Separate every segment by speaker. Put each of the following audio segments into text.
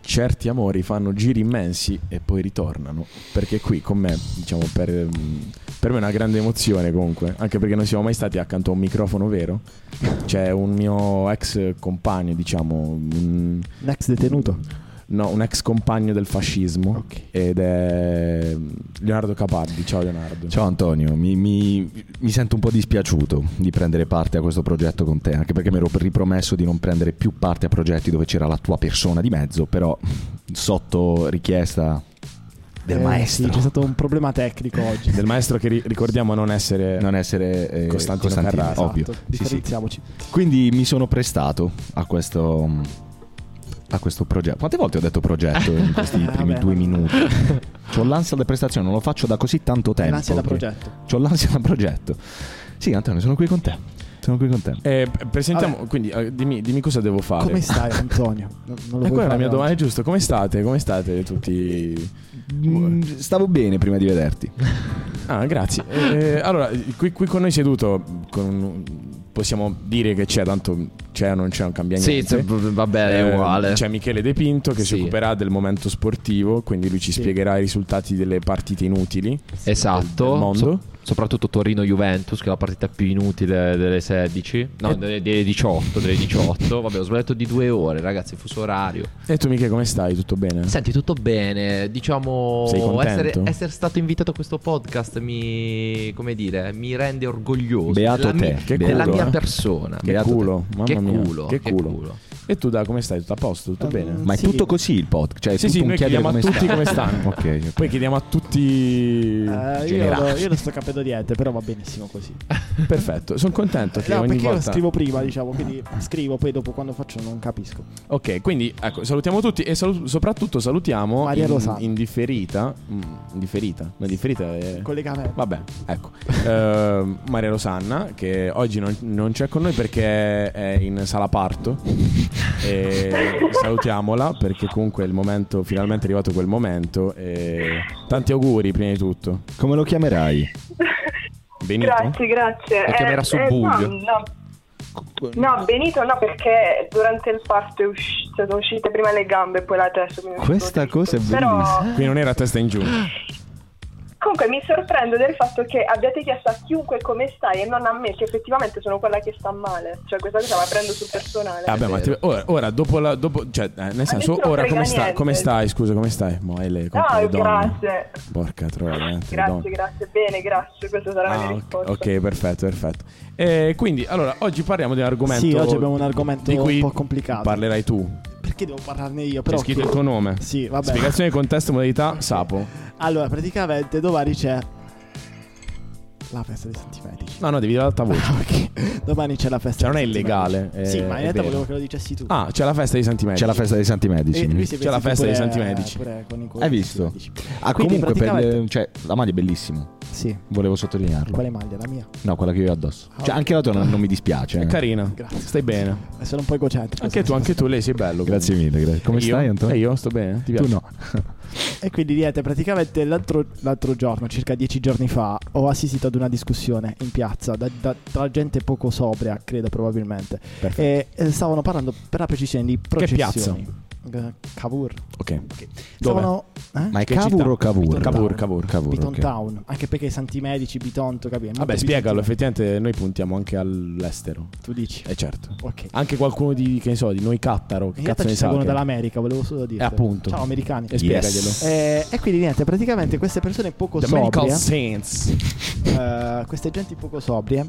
Speaker 1: certi amori fanno giri immensi e poi ritornano. Perché qui con me, diciamo, per, per me è una grande emozione comunque, anche perché non siamo mai stati accanto a un microfono vero. C'è un mio ex compagno, diciamo, un,
Speaker 2: Un ex detenuto.
Speaker 1: no, un ex compagno del fascismo,
Speaker 2: Ok.
Speaker 1: ed è Leonardo Capaldi. Ciao Leonardo.
Speaker 3: Ciao Antonio, mi, mi- mi sento un po' dispiaciuto di prendere parte a questo progetto con te, anche perché mi ero ripromesso di non prendere più parte a progetti dove c'era la tua persona di mezzo, però sotto richiesta del
Speaker 2: Eh,
Speaker 3: maestro.
Speaker 2: Sì, c'è stato un problema tecnico oggi.
Speaker 1: Del maestro che ri- ricordiamo non essere...
Speaker 3: non essere eh,
Speaker 1: Costantino Carrara.
Speaker 3: ovvio.
Speaker 2: Esatto,
Speaker 3: Sì, sì.
Speaker 2: differenziamoci.
Speaker 3: Quindi mi sono prestato a questo a questo progetto. Quante volte ho detto progetto in questi
Speaker 2: Eh,
Speaker 3: primi
Speaker 2: vabbè.
Speaker 3: due minuti? C'ho l'ansia da prestazione, non lo faccio da così tanto tempo.
Speaker 2: Grazie da
Speaker 3: che-
Speaker 2: progetto.
Speaker 3: C'ho l'ansia da progetto. Sì, Antonio, sono qui con te. Sono qui con te.
Speaker 1: Eh, p- presentiamo, quindi eh, dimmi, dimmi cosa devo fare.
Speaker 2: Come stai, Antonio? Non, non lo
Speaker 1: E
Speaker 2: puoi
Speaker 1: quella è la
Speaker 2: fare
Speaker 1: mia domanda,
Speaker 2: oggi.
Speaker 1: è giusto? Come state? Come state tutti?
Speaker 3: Mm, Stavo bene prima di vederti.
Speaker 1: Ah, grazie. Eh, allora, qui, qui con noi seduto, con- possiamo dire che c'è, tanto c'è o non c'è, non cambia
Speaker 4: Sì,
Speaker 1: niente.
Speaker 4: se- vabbè, è
Speaker 1: Eh,
Speaker 4: uguale.
Speaker 3: cioè,
Speaker 1: C'è Michele De Pinto che si
Speaker 4: Sì.
Speaker 1: occuperà del momento sportivo, quindi lui ci
Speaker 2: Sì.
Speaker 1: spiegherà i risultati delle partite inutili. del-
Speaker 4: esatto.
Speaker 1: del mondo.
Speaker 4: So- soprattutto Torino-Juventus, che è la partita più inutile delle 16. No,
Speaker 3: Eh.
Speaker 1: E-
Speaker 4: delle, delle 18. Delle 18. Vabbè, ho sbagliato di due ore, ragazzi. Il fuso orario.
Speaker 1: E tu Michele come stai? Tutto bene?
Speaker 4: Senti, tutto bene.
Speaker 1: Sei
Speaker 4: Diciamo,
Speaker 1: contento?
Speaker 4: essere, essere stato invitato a questo podcast mi. come dire, mi rende orgoglioso.
Speaker 3: Beato
Speaker 4: della
Speaker 3: te.
Speaker 4: mi-
Speaker 1: Che
Speaker 4: della
Speaker 1: culo,
Speaker 4: mia
Speaker 1: eh.
Speaker 4: persona.
Speaker 1: Che
Speaker 3: beato
Speaker 1: culo, mamma
Speaker 4: che,
Speaker 1: mia.
Speaker 4: culo,
Speaker 1: che culo. E tu da come stai? Tutto a posto? Tutto
Speaker 2: Eh,
Speaker 1: bene?
Speaker 2: mm,
Speaker 3: Ma
Speaker 2: Sì.
Speaker 3: è tutto così il podcast. Cioè, è
Speaker 1: Sì,
Speaker 3: tutto
Speaker 1: sì,
Speaker 3: un
Speaker 1: noi
Speaker 3: chiedere
Speaker 1: chiediamo a tutti come stanno.
Speaker 3: ok, ok.
Speaker 1: Poi chiediamo a tutti...
Speaker 2: Eh, io,
Speaker 1: generali.
Speaker 2: non- io non sto capendo niente, però va benissimo così.
Speaker 1: Perfetto, sono contento che
Speaker 2: no,
Speaker 1: ogni
Speaker 2: perché io
Speaker 1: volta...
Speaker 2: lo scrivo prima, diciamo, quindi scrivo, poi dopo quando faccio non capisco.
Speaker 1: Ok, quindi ecco, salutiamo tutti e salu- soprattutto salutiamo
Speaker 2: Maria
Speaker 1: in,
Speaker 2: Rosana.
Speaker 1: in differita. mm, in differita? No, in differita è...
Speaker 2: Collegamento.
Speaker 1: Vabbè, ecco. Ehm, Maria Rosanna, che oggi non, non c'è con noi perché è in sala parto. E salutiamola perché comunque è il momento, finalmente è arrivato quel momento. E tanti auguri prima di tutto.
Speaker 3: Come lo chiamerai?
Speaker 1: Eh, Benito?
Speaker 5: Grazie, grazie. Eh,
Speaker 4: Lo chiamerà Subbuglio.
Speaker 5: no, no. No, Benito no, perché durante il parto è usci- cioè, sono uscite prima le gambe e poi la testa. quindi è uscito
Speaker 3: Questa
Speaker 5: tutto.
Speaker 3: cosa è
Speaker 5: Però,
Speaker 3: bellissima.
Speaker 1: Qui non era testa in giù.
Speaker 5: comunque mi sorprendo del fatto che abbiate chiesto a chiunque come stai e non a me, che effettivamente sono quella che sta male. Cioè questa cosa la prendo sul personale.
Speaker 1: Eh, Vabbè, ma ti- ora, ora, dopo la. Dopo, cioè, eh, nel senso,
Speaker 5: non
Speaker 1: ora
Speaker 5: frega
Speaker 1: come, sta-
Speaker 5: niente.
Speaker 1: come stai? Scusa, come stai? Mo, Ele,
Speaker 5: No,
Speaker 1: le donne.
Speaker 5: grazie.
Speaker 1: Porca troia, eh, te le
Speaker 5: Grazie,
Speaker 1: donne.
Speaker 5: grazie. Bene, grazie. Questa sarà la mia
Speaker 1: Ah, ok,
Speaker 5: risposta.
Speaker 1: ok, perfetto, perfetto. E quindi, allora, oggi parliamo di un argomento.
Speaker 2: Sì, oggi abbiamo un argomento
Speaker 1: di cui
Speaker 2: un po' complicato.
Speaker 1: Parlerai tu.
Speaker 2: Perché devo parlarne io?
Speaker 1: C'è
Speaker 2: Però
Speaker 1: scritto
Speaker 2: che-
Speaker 1: il tuo nome.
Speaker 2: Sì, vabbè.
Speaker 1: Spiegazione, contesto, modalità, sapo.
Speaker 2: Allora, praticamente domani c'è la festa dei Santi Medici.
Speaker 1: No, no, devi dire l'alta voce.
Speaker 2: Ok. Domani c'è la festa.
Speaker 1: Cioè, non
Speaker 2: dei
Speaker 1: è
Speaker 2: Santi
Speaker 1: illegale,
Speaker 2: Medici.
Speaker 1: eh,
Speaker 2: sì, ma
Speaker 1: è
Speaker 2: in realtà
Speaker 1: vero.
Speaker 2: volevo che lo dicessi tu.
Speaker 1: Ah, c'è la festa dei Santi Medici.
Speaker 3: C'è la festa dei Santi Medici.
Speaker 2: E lui si è
Speaker 1: C'è la
Speaker 2: vestito
Speaker 1: festa dei
Speaker 2: pure-
Speaker 1: Santi Medici.
Speaker 2: pure con i colori
Speaker 3: Hai visto?
Speaker 2: Santi Medici.
Speaker 3: Ah,
Speaker 2: Quindi
Speaker 3: comunque, per le-
Speaker 2: praticamente-
Speaker 3: cioè, la maglia è bellissima.
Speaker 2: Sì.
Speaker 3: Volevo sottolinearlo.
Speaker 2: Quale maglia? La mia.
Speaker 3: No, quella che io ho addosso.
Speaker 2: Ah,
Speaker 3: Cioè,
Speaker 2: ok.
Speaker 3: anche la tua non, non mi dispiace.
Speaker 1: È
Speaker 3: eh.
Speaker 1: carina.
Speaker 2: Grazie.
Speaker 1: Stai bene.
Speaker 2: Eh, Sono un po' egocentrico.
Speaker 1: Anche tu, anche tu, lei sei bello.
Speaker 3: Grazie mille, grazie. Come
Speaker 1: Io?
Speaker 3: stai, Antonio?
Speaker 1: E io sto bene. Ti piace?
Speaker 3: Tu no.
Speaker 2: E quindi niente, praticamente l'altro, l'altro giorno, circa dieci giorni fa, ho assistito ad una discussione in piazza da- da- tra gente poco sobria, credo probabilmente.
Speaker 1: Perfetto.
Speaker 2: E eh, stavano parlando per la precisione di processioni. Eh, Cavour.
Speaker 1: Ok.
Speaker 2: Stavano eh?
Speaker 3: Ma è
Speaker 1: Che
Speaker 3: Cavour
Speaker 1: città?
Speaker 3: o Cavour?
Speaker 1: Cavour, Cavour.
Speaker 3: Cavour,
Speaker 2: Biton
Speaker 3: ok.
Speaker 2: Town, anche perché i Santi Medici, Bitonto, capisci?
Speaker 1: Vabbè, spiegalo, effettivamente noi puntiamo anche all'estero.
Speaker 2: Tu dici.
Speaker 1: Eh certo.
Speaker 2: Ok.
Speaker 1: Anche qualcuno di che ne so, di noi cattaro, che
Speaker 2: In
Speaker 1: cazzo
Speaker 2: realtà
Speaker 1: ne
Speaker 2: ci
Speaker 1: sa.
Speaker 2: seguono
Speaker 1: che-
Speaker 2: dall'America, volevo solo dire.
Speaker 1: Eh, appunto.
Speaker 2: Ciao americani.
Speaker 1: E
Speaker 3: Yes.
Speaker 1: spiegaglielo.
Speaker 2: Eh, e quindi niente, praticamente queste persone poco
Speaker 1: The medical
Speaker 2: sobrie,
Speaker 1: sense.
Speaker 2: eh, queste genti poco sobrie,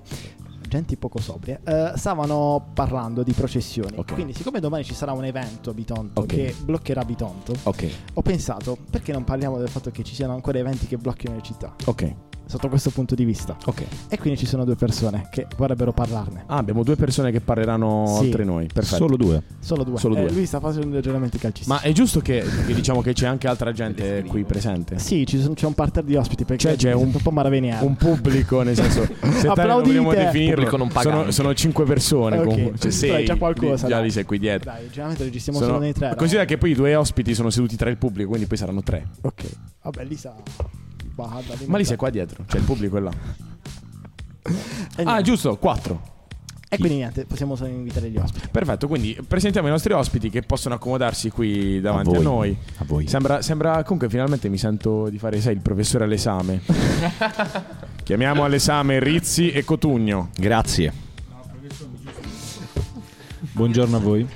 Speaker 2: genti poco sobrie, eh, stavano parlando di processioni.
Speaker 1: Ok.
Speaker 2: Quindi siccome domani ci sarà un evento a Bitonto
Speaker 1: Ok.
Speaker 2: che bloccherà Bitonto,
Speaker 1: Ok,
Speaker 2: ho pensato perché non parliamo del fatto che ci siano ancora eventi che blocchino le città,
Speaker 1: ok,
Speaker 2: sotto questo punto di vista.
Speaker 1: ok.
Speaker 2: E quindi ci sono due persone che vorrebbero parlarne.
Speaker 1: Ah, abbiamo due persone che parleranno
Speaker 2: Sì.
Speaker 1: oltre noi. Perfetto.
Speaker 3: Solo due.
Speaker 2: Solo due.
Speaker 1: Solo
Speaker 2: Eh,
Speaker 1: due.
Speaker 2: lui sta facendo dei ragionamenti calcistici.
Speaker 1: Ma è giusto che, che diciamo che c'è anche altra gente qui presente.
Speaker 2: Sì, ci sono- c'è un parterre di ospiti perché
Speaker 1: Cioè, c'è
Speaker 2: mi
Speaker 1: un-
Speaker 2: sento un po' maraveniano.
Speaker 1: Un pubblico, nel senso, se tale lo
Speaker 2: Applaudite.
Speaker 1: vogliamo definirlo,
Speaker 4: Pubblico non
Speaker 1: sono,
Speaker 4: pagante.
Speaker 1: sono cinque persone.
Speaker 2: Ok,
Speaker 1: comunque. Cioè,
Speaker 2: questo è
Speaker 1: sei,
Speaker 2: già qualcosa,
Speaker 1: di- Già
Speaker 2: dai.
Speaker 1: lì sei qui dietro.
Speaker 2: Dai, generalmente registriamo
Speaker 1: Sono-
Speaker 2: solo nei tre.
Speaker 1: considera
Speaker 2: no?
Speaker 1: che poi i due ospiti sono seduti tra il pubblico, quindi poi saranno tre.
Speaker 2: Ok. Vabbè, lì sa. Bada,
Speaker 1: Ma lì sei qua dietro, cioè il pubblico è là. Ah, giusto, Ah, quattro.
Speaker 2: E quindi niente, possiamo solo invitare gli ospiti.
Speaker 1: Perfetto, quindi presentiamo i nostri ospiti che possono accomodarsi qui davanti a,
Speaker 3: voi.
Speaker 1: noi.
Speaker 3: A voi.
Speaker 1: Sembra, sembra- comunque finalmente mi sento di fare, sai, il professore all'esame. Chiamiamo all'esame Rizzi e Cotugno.
Speaker 3: Grazie. Buongiorno a voi.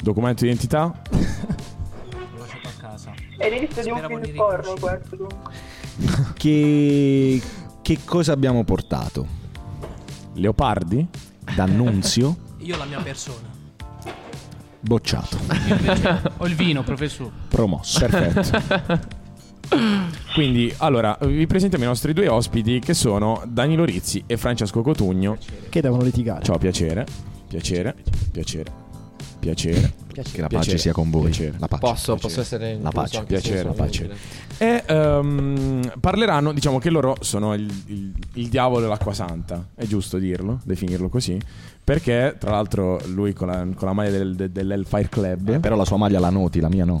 Speaker 1: Documento di identità?
Speaker 5: È l'inizio di un film porno questo comunque.
Speaker 3: Che, che cosa abbiamo portato?
Speaker 1: Leopardi?
Speaker 3: D'annunzio
Speaker 6: Io la mia persona.
Speaker 3: bocciato,
Speaker 6: Ho il vino, professore.
Speaker 3: promosso.
Speaker 1: Perfetto. Quindi, allora, vi presentiamo i nostri due ospiti che sono Danilo Rizzi e Francesco Cotugno.
Speaker 2: Che devono litigare.
Speaker 1: Ciao, piacere. Piacere. Piacere. Piacere.
Speaker 3: Che
Speaker 1: Piacere,
Speaker 3: la pace sia con voi.
Speaker 1: piacere.
Speaker 3: La pace.
Speaker 4: Posso,
Speaker 1: Cioè,
Speaker 4: posso essere
Speaker 3: La
Speaker 4: incluso
Speaker 3: pace,
Speaker 4: anche se
Speaker 1: piacere,
Speaker 4: sono
Speaker 1: la pace.
Speaker 4: inutile.
Speaker 1: E ehm, parleranno, diciamo che loro sono il, il- il diavolo e l'acqua santa, è giusto dirlo, definirlo così, perché tra l'altro lui con la, con la maglia del, de- dell'Hellfire Club
Speaker 3: Eh, però la sua maglia la noti, la mia no.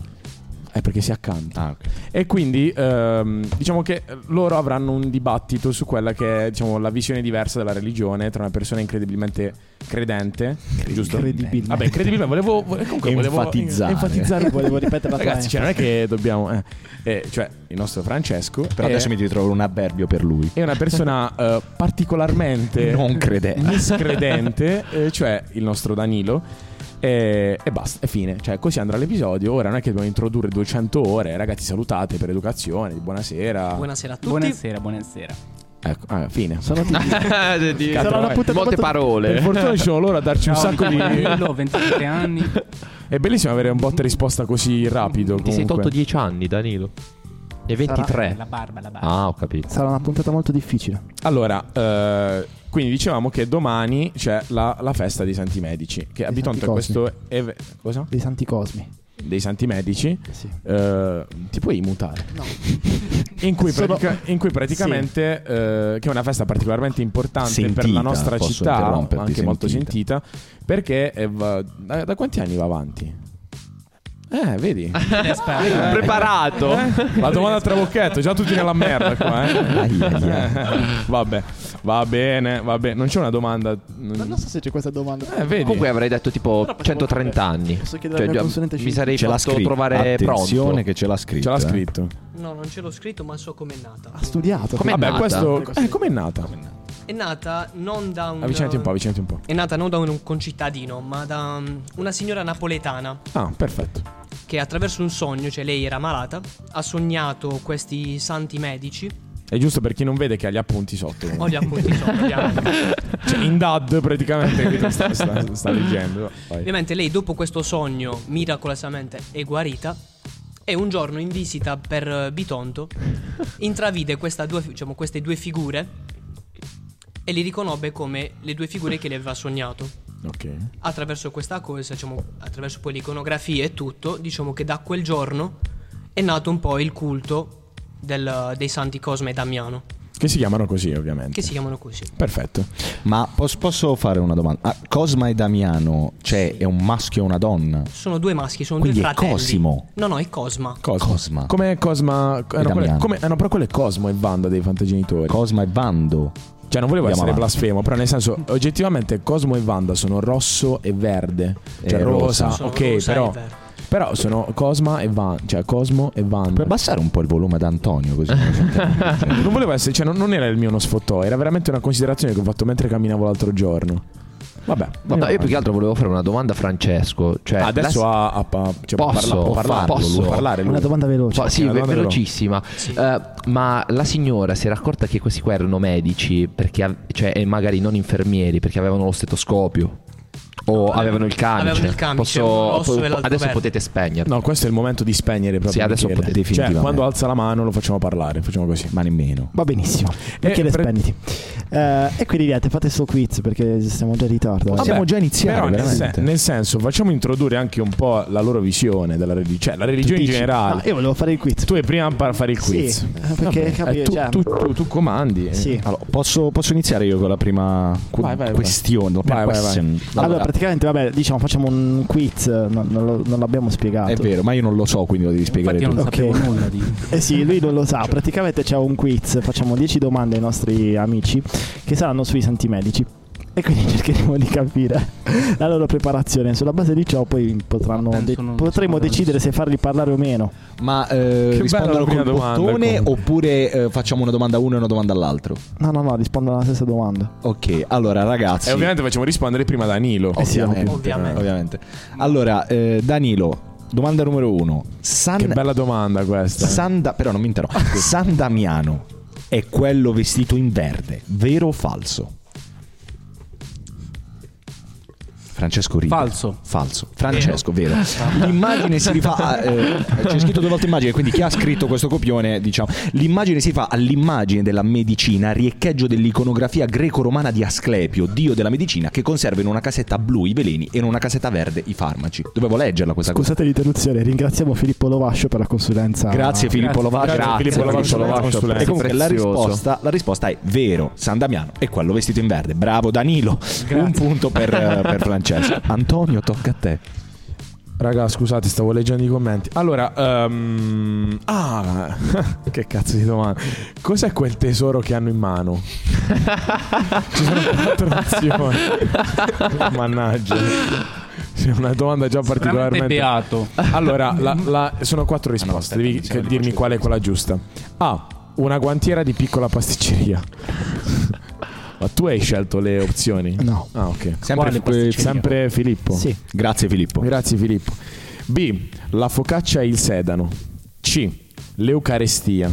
Speaker 1: è perché si accanta.
Speaker 3: Ah, ok.
Speaker 1: E quindi ehm, diciamo che loro avranno un dibattito su quella che è diciamo, la visione diversa della religione tra una persona incredibilmente credente, giusto?
Speaker 2: Incredibile.
Speaker 1: Vabbè, incredibilmente, volevo, comunque volevo
Speaker 3: Enfatizzare.
Speaker 2: Enfatizzare, volevo ripetere la
Speaker 1: Ragazzi, cioè, non è che dobbiamo... eh, eh, cioè, il nostro Francesco...
Speaker 3: Però
Speaker 4: Eh,
Speaker 1: è-
Speaker 3: adesso mi devi trovare un avverbio per lui.
Speaker 1: è una persona eh, particolarmente
Speaker 3: Non credente.
Speaker 1: miscredente, eh, cioè il nostro Danilo. eh, E, e basta, è fine. Cioè, così andrà l'episodio. Ora non è che dobbiamo introdurre 200 ore. Ragazzi, salutate per educazione. Buonasera.
Speaker 6: Buonasera a tutti.
Speaker 7: Buonasera, buonasera.
Speaker 1: Ecco, ah, fine.
Speaker 2: Sono
Speaker 4: Di- di-
Speaker 1: Cazzo,
Speaker 2: Sarà una
Speaker 1: vai.
Speaker 2: puttana
Speaker 4: Molte
Speaker 2: molto-
Speaker 1: Per
Speaker 4: parole.
Speaker 1: fortuna ci sono loro a darci un
Speaker 7: Ciao,
Speaker 1: sacco
Speaker 7: mi
Speaker 1: di.
Speaker 7: chiamo Danilo, 27 anni.
Speaker 1: È bellissimo avere un botta e risposta così rapido.
Speaker 4: Ti sei
Speaker 1: comunque.
Speaker 4: tolto 10 anni, Danilo. E
Speaker 7: La
Speaker 4: 23.
Speaker 7: barba, la barba.
Speaker 4: Ah, ho capito.
Speaker 2: Sarà una puntata molto difficile.
Speaker 1: Allora, eh, quindi dicevamo che domani c'è la, la festa dei Santi Medici. Che abitante a
Speaker 2: Santi Cosmi.
Speaker 1: questo. eve- cosa?
Speaker 2: Dei Santi Cosmi.
Speaker 1: Dei Santi Medici.
Speaker 2: Sì.
Speaker 1: Eh, ti puoi mutare? In cui,
Speaker 2: Sono-
Speaker 1: pratica- in cui praticamente, eh, che è una festa particolarmente importante
Speaker 3: Sentita,
Speaker 1: per la nostra
Speaker 3: posso
Speaker 1: città, anche
Speaker 3: interromperti,
Speaker 1: molto sentita, perché eh, va- da, da quanti anni va avanti? Eh, vedi?
Speaker 4: Eh. Preparato.
Speaker 1: La domanda a trabocchetto, già tutti nella merda qua, eh.
Speaker 3: Ai, ai, ai.
Speaker 1: Vabbè, va bene, va bene. Non c'è una domanda... mm,
Speaker 2: Non so se c'è questa domanda.
Speaker 1: Eh, vedi?
Speaker 4: Comunque avrei detto tipo
Speaker 2: Però possiamo
Speaker 4: 130 anni.
Speaker 2: Posso chiedere al
Speaker 4: Cioè,
Speaker 2: mio
Speaker 4: già-
Speaker 2: consulente
Speaker 4: mi
Speaker 2: scientifico?
Speaker 4: sarei
Speaker 3: Ce l'ha
Speaker 4: fatto
Speaker 3: scritto.
Speaker 4: trovare
Speaker 3: Attenzione
Speaker 4: pronto.
Speaker 3: che ce l'ha scritto.
Speaker 1: Ce l'ha
Speaker 3: eh.
Speaker 1: scritto.
Speaker 6: No, non ce l'ho scritto, ma so com'è nata.
Speaker 2: Ha studiato.
Speaker 4: Com'è
Speaker 1: Vabbè,
Speaker 4: nata?
Speaker 1: questo... Eh, com'è nata?
Speaker 6: È nata non da un.
Speaker 1: Avvicinati un po', avvicinati un po'.
Speaker 6: È nata non da un concittadino, ma da um, una signora napoletana
Speaker 1: Ah, perfetto.
Speaker 6: che attraverso un sogno, cioè lei era malata, ha sognato questi santi medici.
Speaker 1: È giusto per chi non vede che ha gli appunti sotto.
Speaker 6: Ho gli appunti sopra, ovviamente.
Speaker 1: Cioè, in dad praticamente sta, sta- sta leggendo. Vai.
Speaker 6: Ovviamente lei dopo questo sogno miracolosamente è guarita e un giorno in visita per eh, Bitonto intravide questa due- diciamo, queste due figure e li riconobbe come le due figure che le aveva sognato.
Speaker 1: Ok.
Speaker 6: Attraverso questa cosa, diciamo, attraverso poi le iconografie e tutto, diciamo che da quel giorno è nato un po' il culto del- dei santi Cosme e Damiano,
Speaker 1: Che si chiamano così, ovviamente.
Speaker 6: che si chiamano così.
Speaker 1: Perfetto.
Speaker 3: Ma pos- posso fare una domanda? Ah, Cosma e Damiano, cioè
Speaker 6: Sì.
Speaker 3: è un maschio e una donna?
Speaker 6: Sono due maschi, sono
Speaker 3: Quindi è
Speaker 6: due fratelli.
Speaker 3: Cosimo.
Speaker 6: No, no, è Cosma.
Speaker 1: Cosma.
Speaker 3: Cosma.
Speaker 1: Come Cosma. eh, no,
Speaker 3: Damiano.
Speaker 1: quello- come- eh, no, però quello è Cosmo e Vanda dei fantagenitori.
Speaker 3: Cosma e Vando.
Speaker 1: cioè, non volevo
Speaker 3: Andiamo
Speaker 1: essere
Speaker 3: avanti.
Speaker 1: blasfemo, però nel senso, oggettivamente Cosmo e Vanda sono rosso e verde. Cioè,
Speaker 3: E
Speaker 1: rosa.
Speaker 3: rosa.
Speaker 6: Sono
Speaker 1: ok,
Speaker 6: rosa e
Speaker 1: però.
Speaker 6: verde.
Speaker 1: Però sono Cosma e Van, cioè Cosmo e Vanda.
Speaker 3: Per abbassare un po' il volume ad Antonio così.
Speaker 1: Non volevo essere, cioè, non, non era il mio uno sfottò, era veramente una considerazione che ho fatto mentre camminavo l'altro giorno. Vabbè,
Speaker 4: No, io più che altro volevo fare una domanda a Francesco. Cioè,
Speaker 1: Adesso
Speaker 4: la-
Speaker 1: ha, ha- ha- cioè, può
Speaker 4: Posso?
Speaker 1: parla- può parlare,
Speaker 4: Posso?
Speaker 1: lui, può parlare lui.
Speaker 2: Una domanda veloce.
Speaker 4: Po- Boh, sì,
Speaker 1: una
Speaker 4: ve-
Speaker 1: domanda
Speaker 4: velocissima.
Speaker 6: Sì.
Speaker 4: Eh, ma la signora si era accorta che questi qua erano medici perché av- cioè, e magari non infermieri perché avevano lo stetoscopio o avevano il camice.
Speaker 6: avevano il camice, uno
Speaker 4: Posso,
Speaker 6: rosso e l'altro
Speaker 4: adesso
Speaker 6: verde.
Speaker 4: potete spegnere.
Speaker 1: No, questo è il momento di spegnere proprio.
Speaker 4: Sì, adesso
Speaker 1: Michele.
Speaker 4: potete-
Speaker 1: Cioè,
Speaker 3: definitivamente.
Speaker 1: quando alza la mano lo facciamo parlare, facciamo così.
Speaker 3: Ma nemmeno.
Speaker 2: Va benissimo. Michele,
Speaker 1: pre-
Speaker 2: spegniti. Eh, e quindi niente, fate sto quiz perché siamo già in ritardo. eh.
Speaker 1: Vabbè,
Speaker 3: Possiamo già iniziare,
Speaker 1: però nel,
Speaker 3: veramente.
Speaker 1: sen- nel senso, facciamo introdurre anche un po' la loro visione della religione, cioè la religione in
Speaker 2: Dici-
Speaker 1: generale.
Speaker 2: No, io volevo fare il quiz.
Speaker 1: Tu hai prima par fare il
Speaker 2: Sì,
Speaker 1: quiz.
Speaker 2: eh, perché
Speaker 1: Vabbè,
Speaker 2: capire,
Speaker 1: eh, tu,
Speaker 2: cioè-
Speaker 1: tu- tu- tu comandi. eh.
Speaker 2: Sì.
Speaker 3: Allora, posso, posso iniziare io con la prima cu-
Speaker 1: Vai, vai, vai.
Speaker 3: questione? la prima
Speaker 1: Vai, vai, vai.
Speaker 3: question?
Speaker 2: Allora, praticamente, vabbè, diciamo, facciamo un quiz. Non, non lo- non l'abbiamo spiegato.
Speaker 3: è vero, ma io non lo so, quindi lo devi spiegare
Speaker 7: Infatti
Speaker 3: tu.
Speaker 7: io non
Speaker 2: Ok.
Speaker 7: sapevo nulla di...
Speaker 2: Eh sì, lui non lo sa. Praticamente c'è un quiz. Facciamo 10 domande ai nostri amici che saranno sui santi medici. E quindi cercheremo di capire la loro preparazione. Sulla base di ciò poi potranno
Speaker 7: Penso
Speaker 2: de-
Speaker 7: non
Speaker 2: potremo
Speaker 7: rispondere
Speaker 2: decidere se farli parlare o meno.
Speaker 3: Ma eh,
Speaker 1: bella la
Speaker 3: rispondono
Speaker 1: prima
Speaker 3: col
Speaker 1: domanda,
Speaker 3: bottone
Speaker 1: comunque.
Speaker 3: oppure eh, facciamo una domanda a uno e una domanda all'altro?
Speaker 2: No, no, no, rispondo alla stessa domanda.
Speaker 3: Ok, allora ragazzi.
Speaker 1: E ovviamente facciamo rispondere prima Danilo.
Speaker 2: Eh sì,
Speaker 3: ovviamente,
Speaker 6: ovviamente.
Speaker 3: ovviamente. Allora, eh, Danilo, domanda numero uno. San,
Speaker 1: Che bella domanda questa. eh?
Speaker 3: Sanda- però non mi interrompo. San Damiano è quello vestito in verde, vero o falso? Francesco ride.
Speaker 7: Falso.
Speaker 3: Falso. Francesco, vero. L'immagine si rifà. eh, c'è scritto due volte immagine, quindi chi ha scritto questo copione, diciamo. L'immagine si fa all'immagine della medicina, rieccheggio dell'iconografia greco-romana di Asclepio, dio della medicina, che conserva in una casetta blu i veleni e in una casetta verde i farmaci. Dovevo leggerla questa cosa.
Speaker 2: Scusate l'interruzione, ringraziamo Filippo Lovascio per la consulenza.
Speaker 3: Ah, Grazie Filippo Lovascio.
Speaker 1: Grazie, Filippo Lovascio, Lovascio,
Speaker 3: E comunque la
Speaker 4: prezioso.
Speaker 3: risposta, la risposta è vero, San Damiano è quello vestito in verde. Bravo Danilo. Un punto per, eh, per Francesco. Antonio, tocca a te.
Speaker 1: Raga, scusate, stavo leggendo i commenti. Allora, ehm, ah, che cazzo di domanda. Cos'è quel tesoro che hanno in mano? Ci sono quattro opzioni. Mannaggia. Sì, Una domanda già
Speaker 7: Veramente
Speaker 1: particolarmente.
Speaker 7: beato.
Speaker 1: Allora, la- la- sono quattro risposte.
Speaker 3: Ah, aspetta,
Speaker 1: Devi
Speaker 3: mi sembra di
Speaker 1: dirmi
Speaker 3: facile
Speaker 1: qual è quella giusta. A. Una guantiera di piccola pasticceria. Ma tu hai scelto le opzioni?
Speaker 2: No.
Speaker 1: Ah, ok.
Speaker 3: Sempre
Speaker 1: Quale
Speaker 3: que-
Speaker 1: pasticceria? sempre Filippo.
Speaker 2: Sì.
Speaker 3: Grazie Filippo.
Speaker 1: Grazie Filippo. B. La focaccia e il sedano. C. L'eucarestia.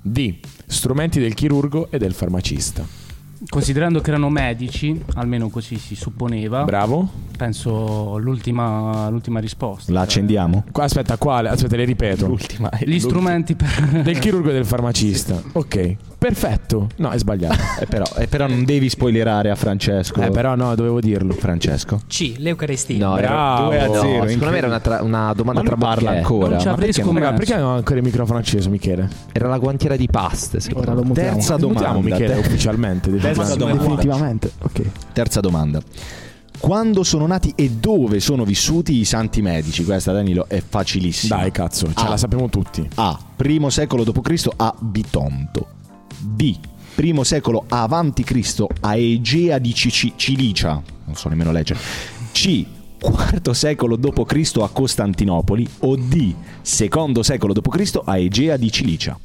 Speaker 1: D. Strumenti del chirurgo e del farmacista.
Speaker 7: Considerando che erano medici, almeno così si supponeva,
Speaker 1: Bravo.
Speaker 7: penso l'ultima, l'ultima risposta.
Speaker 3: La accendiamo?
Speaker 1: Qua- Aspetta, quale? Aspetta, le ripeto.
Speaker 3: L'ultima.
Speaker 7: Gli strumenti per...
Speaker 1: Del chirurgo e del farmacista. Ok. Perfetto. No, è sbagliato.
Speaker 3: Eh, però, eh, però non devi spoilerare a Francesco.
Speaker 1: eh, però no, dovevo dirlo.
Speaker 3: Francesco.
Speaker 6: C. L'Eucaristia.
Speaker 4: No, era,
Speaker 1: Bravo.
Speaker 3: due a
Speaker 4: no,
Speaker 3: zero,
Speaker 4: secondo
Speaker 3: incredibile.
Speaker 4: me era una, tra- una domanda
Speaker 3: Ma lui
Speaker 4: tra
Speaker 3: parla
Speaker 4: barche.
Speaker 3: ancora.
Speaker 7: Non ci
Speaker 3: Ma
Speaker 7: avrei
Speaker 3: perché non-
Speaker 1: Raga,
Speaker 7: scommesso.
Speaker 1: perché non ho ancora il microfono acceso, Michele?
Speaker 4: Era la guantiera di paste. secondo
Speaker 2: Ora lo mutiamo.
Speaker 3: Terza domanda.
Speaker 1: Mutiamo Michele
Speaker 3: Ter-
Speaker 1: ufficialmente.
Speaker 3: Terza
Speaker 1: definitivamente.
Speaker 3: domanda.
Speaker 2: Definitivamente. Ok.
Speaker 3: Terza domanda. Quando sono nati e dove sono vissuti i santi medici? Questa Danilo è facilissima.
Speaker 1: Dai, cazzo, ce
Speaker 3: Ah.
Speaker 1: la sappiamo tutti.
Speaker 3: A. Primo secolo d.C. a Bitonto. D. Primo secolo avanti Cristo a Egea di Cici- Cilicia. Non so nemmeno leggere. C. Quarto secolo d.C. a Costantinopoli. O D. Secondo secolo d.C. a Egea di Cilicia.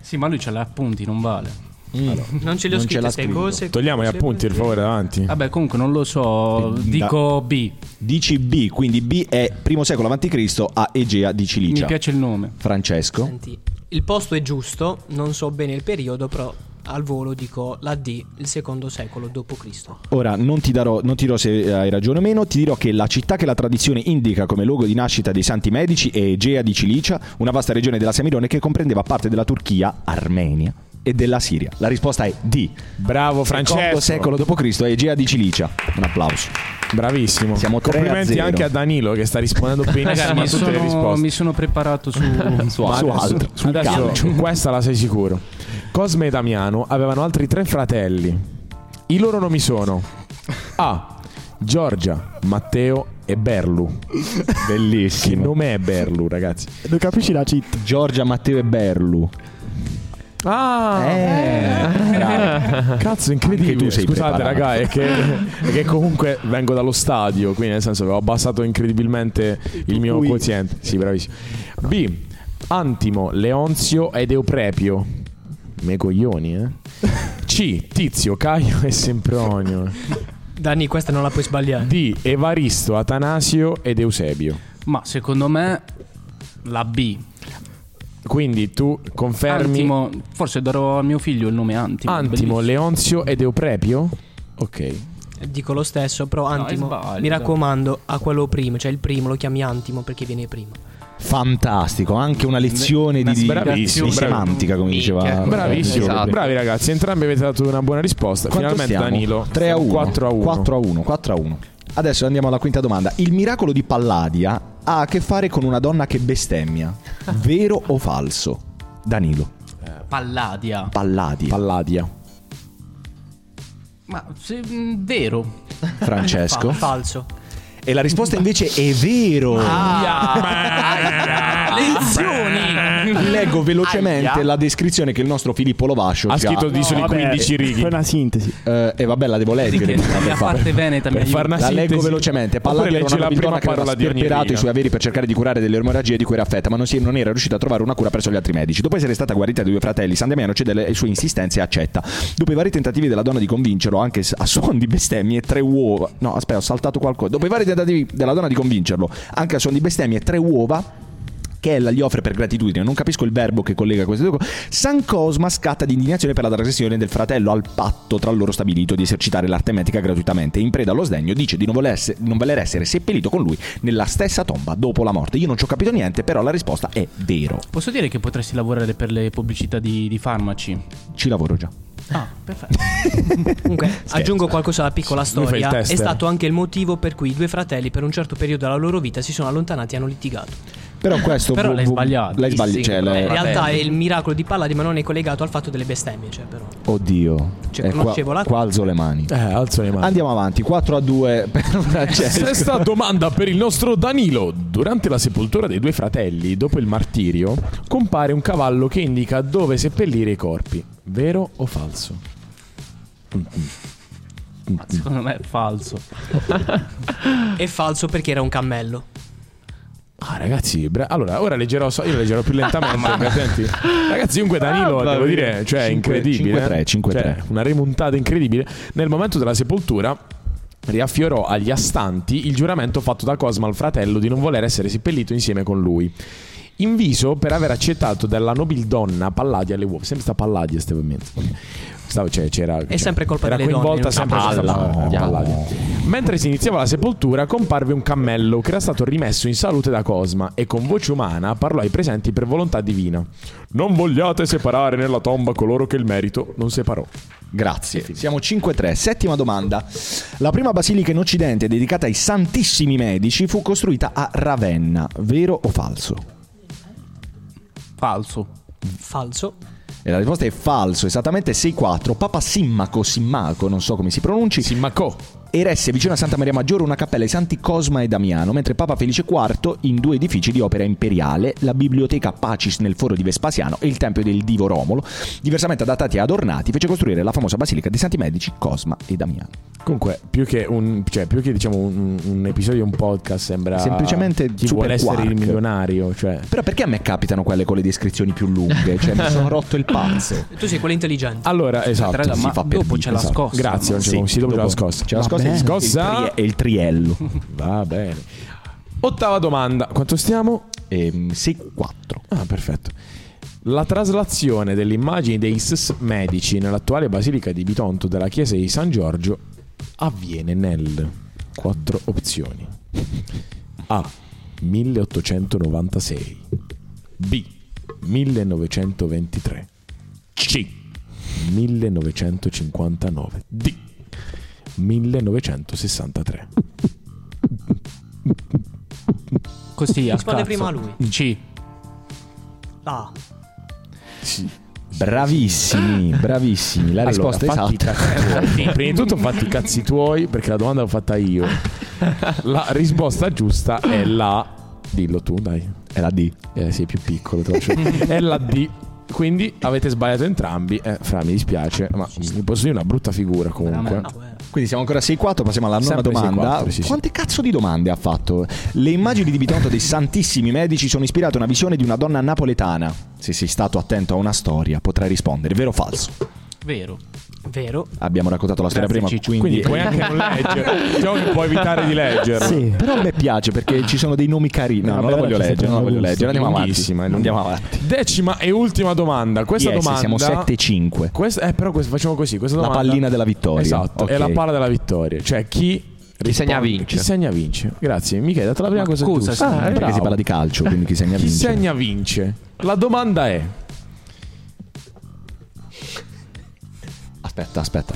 Speaker 7: Sì, ma lui ce l'ha appunti, non vale.
Speaker 6: Non ce le ho
Speaker 3: Non ce
Speaker 6: scritte
Speaker 3: l'ha
Speaker 6: queste
Speaker 3: scritto.
Speaker 6: cose.
Speaker 1: Togliamo gli
Speaker 6: Sì,
Speaker 1: appunti, per favore, davanti.
Speaker 3: Ah.
Speaker 7: Vabbè, comunque non lo so,
Speaker 3: Da-
Speaker 7: dico B.
Speaker 3: Dici B, quindi B è primo secolo avanti Cristo a Egea di
Speaker 7: Mi
Speaker 3: Cilicia.
Speaker 7: piace il
Speaker 3: Eh,
Speaker 7: nome.
Speaker 3: Francesco.
Speaker 6: Senti, il posto è giusto, non so bene il periodo, però al volo dico la D, il secondo secolo d.C.
Speaker 3: Ora non ti, darò, non ti dirò se eh, hai ragione o meno, ti dirò che la città che la tradizione indica come luogo di nascita dei Santi Medici è Egea di Cilicia, una vasta regione della Semirone che comprendeva parte della Turchia, Armenia e della Siria. La risposta è D.
Speaker 1: Bravo, Francesco.
Speaker 3: Secondo secolo d.C. a Egea di Cilicia. Un applauso.
Speaker 1: Bravissimo.
Speaker 3: Siamo tre a
Speaker 1: Complimenti
Speaker 3: zero.
Speaker 1: anche a Danilo che sta rispondendo benissimo a
Speaker 7: mi,
Speaker 1: tutte le
Speaker 7: sono,
Speaker 1: risposte.
Speaker 7: mi sono preparato su...
Speaker 3: Su altro.
Speaker 1: Sul calcio, questa la sei sicuro. Cosme e Damiano avevano altri tre fratelli. I loro nomi sono A. Giorgia, Matteo e Berlu. Che
Speaker 3: Bellissimo.
Speaker 1: nome è Berlu, ragazzi?
Speaker 2: Non capisci la cheat?
Speaker 3: Giorgia, Matteo e Berlu.
Speaker 1: Ah, cazzo, incredibile.
Speaker 3: Anche tu sei
Speaker 1: Scusate,
Speaker 3: preparato.
Speaker 1: raga, è che, è che comunque vengo dallo stadio, quindi nel senso che ho abbassato incredibilmente il mio
Speaker 2: Ui.
Speaker 1: quoziente. Sì, bravissimo. B. Antimo, Leonzio ed Euprepio. Me coglioni, eh. C. Tizio, Caio e Sempronio.
Speaker 6: Danni, questa non la puoi sbagliare.
Speaker 1: D. Evaristo, Atanasio ed Eusebio.
Speaker 7: Ma secondo me la B.
Speaker 1: Quindi tu confermi Antimo,
Speaker 7: Antimo, forse darò a mio figlio il nome Antimo. bellissimo.
Speaker 1: Leonzio ed Euprepio? Ok.
Speaker 6: Dico lo stesso, però Antimo,
Speaker 7: hai sbagliato.
Speaker 6: mi raccomando, a quello primo, cioè il primo lo chiami Antimo perché viene primo.
Speaker 3: Fantastico, anche una lezione di, di-
Speaker 1: Bravissimo,
Speaker 3: di
Speaker 1: bravo.
Speaker 3: semantica, come diceva.
Speaker 1: Bravissimo,
Speaker 4: Esatto.
Speaker 1: bravi ragazzi, entrambi avete dato una buona risposta.
Speaker 3: Quanto
Speaker 1: Finalmente
Speaker 3: stiamo?
Speaker 1: Danilo
Speaker 3: 3 a 1.
Speaker 1: 4 a 1.
Speaker 3: 4 a 1. 4 a 1. Adesso andiamo alla quinta domanda. Il miracolo di Palladia ha a che fare con una donna che bestemmia. Vero o falso? Danilo.
Speaker 7: Palladia.
Speaker 3: Palladia.
Speaker 1: Palladia.
Speaker 7: Ma se, mm, mh, vero.
Speaker 3: Francesco.
Speaker 6: Fa- falso.
Speaker 3: E la risposta invece è vero.
Speaker 6: Ah.
Speaker 7: Ah,
Speaker 1: Ah,
Speaker 7: Lezioni!
Speaker 3: Vi leggo velocemente la descrizione che il nostro Filippo Lovascio
Speaker 1: Ha
Speaker 3: ci
Speaker 1: scritto di soli
Speaker 2: No, vabbè,
Speaker 1: 15
Speaker 2: Fai
Speaker 1: righi.
Speaker 2: una sintesi.
Speaker 3: Eh, e vabbè, la devo leggere.
Speaker 7: Perché
Speaker 3: per
Speaker 7: la parte veneta mi
Speaker 1: Per
Speaker 7: aiuta.
Speaker 1: far una
Speaker 3: La leggo
Speaker 1: sintesi.
Speaker 3: velocemente.
Speaker 1: Oppure
Speaker 3: Palladino era
Speaker 1: leggi
Speaker 3: una
Speaker 1: la
Speaker 3: bidona
Speaker 1: prima
Speaker 3: che aveva
Speaker 1: parola di ogni
Speaker 3: sperperato i
Speaker 1: riga.
Speaker 3: suoi averi per cercare di curare delle emorragie di cui era affetta, ma non, si- non era riuscita a trovare una cura presso gli altri medici. Dopo essere stata guarita dai due fratelli, San Damiano cede alle sue insistenze e accetta. Dopo i vari tentativi della donna di convincerlo, anche s- a suon di bestemmie, tre uova. No, aspetta, ho saltato qualcosa. Dopo i vari tentativi della donna di convincerlo, anche a suon di bestemmie, tre uova. Che ella gli offre per gratitudine, non capisco il verbo che collega queste due cose. San Cosma scatta di indignazione per la trasgressione del fratello al patto tra loro stabilito di esercitare l'arte metica gratuitamente. In preda allo sdegno, dice di non, voler ess- non voler essere seppellito con lui nella stessa tomba dopo la morte. Io non ci ho capito niente, però la risposta è vero.
Speaker 7: Posso dire che potresti lavorare per le pubblicità di, di farmaci?
Speaker 3: Ci lavoro già.
Speaker 7: Ah, perfetto.
Speaker 6: Comunque, aggiungo qualcosa alla piccola
Speaker 1: lui fa il
Speaker 6: storia. È
Speaker 1: tester.
Speaker 6: stato anche il motivo per cui i due fratelli, per un certo periodo della loro vita, si sono allontanati e hanno litigato.
Speaker 3: Però questo.
Speaker 7: Però l'hai sbagliato.
Speaker 3: L'hai sbagliato.
Speaker 4: Sì,
Speaker 3: cioè,
Speaker 4: però
Speaker 3: l'hai-
Speaker 6: in
Speaker 4: vabbè.
Speaker 6: realtà il miracolo di Paladino non è collegato al fatto delle bestemmie, cioè, però.
Speaker 3: Oddio.
Speaker 6: Cioè,
Speaker 3: Eh,
Speaker 6: conoscevo
Speaker 3: qua,
Speaker 6: la-
Speaker 3: qua alzo le mani.
Speaker 1: Eh, alzo le mani.
Speaker 3: Andiamo avanti. 4 a 2 per Francesco.
Speaker 1: Sesta domanda per il nostro Danilo. Durante la sepoltura dei due fratelli, dopo il martirio, compare un cavallo che indica dove seppellire i corpi. Vero o falso?
Speaker 7: Ma Secondo me è falso.
Speaker 6: È falso perché era un cammello.
Speaker 1: Ah, ragazzi, bra- allora ora leggerò, so- io leggerò più lentamente. perché, senti, ragazzi, comunque Danilo,
Speaker 3: Ah, va
Speaker 1: devo
Speaker 3: bene.
Speaker 1: dire, cioè, è
Speaker 3: Cinque-
Speaker 1: incredibile.
Speaker 3: cinque tre, cinque
Speaker 1: Cioè,
Speaker 3: tre.
Speaker 1: Una remontata incredibile. Nel momento della sepoltura. Riaffiorò agli astanti il giuramento fatto da Cosma al fratello di non voler essere seppellito insieme con lui. Inviso per aver accettato dalla nobildonna Palladia alle uova. Sempre sta Palladia, ste ovviamente. Stavo- cioè, c'era, cioè,
Speaker 6: sempre colpa
Speaker 1: era
Speaker 6: delle donne,
Speaker 1: coinvolta
Speaker 6: non
Speaker 1: sempre
Speaker 4: Palla,
Speaker 1: questa pa-
Speaker 4: andiamo.
Speaker 1: Palladia. Mentre si iniziava la sepoltura, comparve un cammello che era stato rimesso in salute da Cosma e con voce umana parlò ai presenti per volontà divina. Non vogliate separare nella tomba coloro che il merito non separò.
Speaker 3: Grazie. Siamo 5-3. Settima domanda. La prima basilica in Occidente dedicata ai Santissimi Medici fu costruita a Ravenna, vero o falso?
Speaker 7: Falso.
Speaker 6: Falso.
Speaker 3: E la risposta è falso, esattamente 6-4. Papa Simmaco, Simmaco, non so come si pronunci,
Speaker 1: Simmacò.
Speaker 3: eresse vicino a Santa Maria Maggiore una cappella ai Santi Cosma e Damiano, mentre Papa Felice IV in due edifici di opera imperiale, la biblioteca Pacis nel foro di Vespasiano e il tempio del Divo Romolo, diversamente adattati e adornati, fece costruire la famosa basilica dei Santi Medici Cosma e Damiano.
Speaker 1: Comunque, più che un, cioè, più che, diciamo, un, un episodio, un podcast sembra.
Speaker 3: Semplicemente
Speaker 1: chi
Speaker 3: Super
Speaker 1: vuole essere il
Speaker 3: Quark.
Speaker 1: milionario. Cioè.
Speaker 3: Però perché a me capitano quelle con le descrizioni più lunghe? Cioè, mi sono rotto il pazzo.
Speaker 6: Tu sei quello intelligente.
Speaker 1: Allora, esatto.
Speaker 7: Tra-
Speaker 3: si
Speaker 7: ma
Speaker 3: fa per
Speaker 7: dopo
Speaker 3: dire,
Speaker 7: c'è la
Speaker 1: esatto.
Speaker 7: scossa.
Speaker 1: Grazie, non c'è come- sì, dopo c'è la scossa.
Speaker 3: C'è la
Speaker 1: Va
Speaker 3: scossa e
Speaker 1: bene.
Speaker 3: scossa e il triello.
Speaker 1: Va bene. Ottava domanda. Quanto stiamo?
Speaker 3: Ehm, 6-4.
Speaker 1: Ah, perfetto. La traslazione delle immagini dei SS medici nell'attuale basilica di Bitonto della chiesa di San Giorgio avviene nel quattro opzioni. A 1896 B 1923 C 1959 D 1963
Speaker 7: Così a
Speaker 6: Risponde
Speaker 7: cazzo.
Speaker 6: prima lui.
Speaker 7: C.
Speaker 6: Ah,
Speaker 3: Bravissimi, bravissimi. La risposta
Speaker 1: Allora, fatti
Speaker 3: esatta.
Speaker 1: i cazzi tuoi.
Speaker 7: Eh,
Speaker 1: Eh, Prima di tutto fatti i cazzi tuoi perché la domanda l'ho fatta io. La risposta giusta è la... Dillo tu, dai.
Speaker 3: È la D.
Speaker 1: Eh, sei più piccolo, te lo faccio- È la D. Quindi avete sbagliato entrambi. Eh, fra, mi dispiace, ma mi posso dire una brutta figura comunque.
Speaker 6: no, eh.
Speaker 3: Quindi siamo ancora a 6-4, passiamo alla nona
Speaker 1: Sempre
Speaker 3: domanda.
Speaker 1: 6-4, sì, sì.
Speaker 3: Quante cazzo di domande ha fatto? Le immagini di Bitonto dei Santissimi Medici sono ispirate a una visione di una donna napoletana. Se sei stato attento a una storia, potrai rispondere, vero o falso?
Speaker 7: Vero.
Speaker 6: vero.
Speaker 3: Abbiamo raccontato la storia
Speaker 7: Grazie,
Speaker 3: prima,
Speaker 7: Ciccio.
Speaker 1: Quindi
Speaker 3: quindi
Speaker 1: puoi anche non leggere. Diciamo che puoi evitare di leggerla.
Speaker 2: Sì.
Speaker 3: Però a me piace perché ci sono dei nomi carini. No,
Speaker 2: Vabbè,
Speaker 3: non la voglio
Speaker 2: ora ci
Speaker 3: leggere, non la voglio leggere. Andiamo avanti.
Speaker 1: Lunghissima, è lunga.
Speaker 3: eh, Andiamo avanti.
Speaker 1: Decima e ultima domanda. Questa
Speaker 3: Yes,
Speaker 1: domanda
Speaker 3: siamo 7-5.
Speaker 1: Questa- eh, però questa- facciamo così: questa
Speaker 3: La
Speaker 1: domanda,
Speaker 3: pallina della vittoria.
Speaker 1: Esatto,
Speaker 3: Ok.
Speaker 1: è la palla della vittoria. Cioè, chi, risponde-
Speaker 4: segna vince.
Speaker 1: Chi segna vince. Grazie, Michele, hai dato la prima
Speaker 7: Ma
Speaker 1: cosa
Speaker 7: scusa,
Speaker 1: giusta.
Speaker 7: sì,
Speaker 1: Ah,
Speaker 3: Eh, perché
Speaker 1: bravo.
Speaker 3: si parla di calcio, quindi chi segna
Speaker 1: Chi
Speaker 3: vince.
Speaker 1: segna vince. La domanda è:
Speaker 3: Aspetta, aspetta.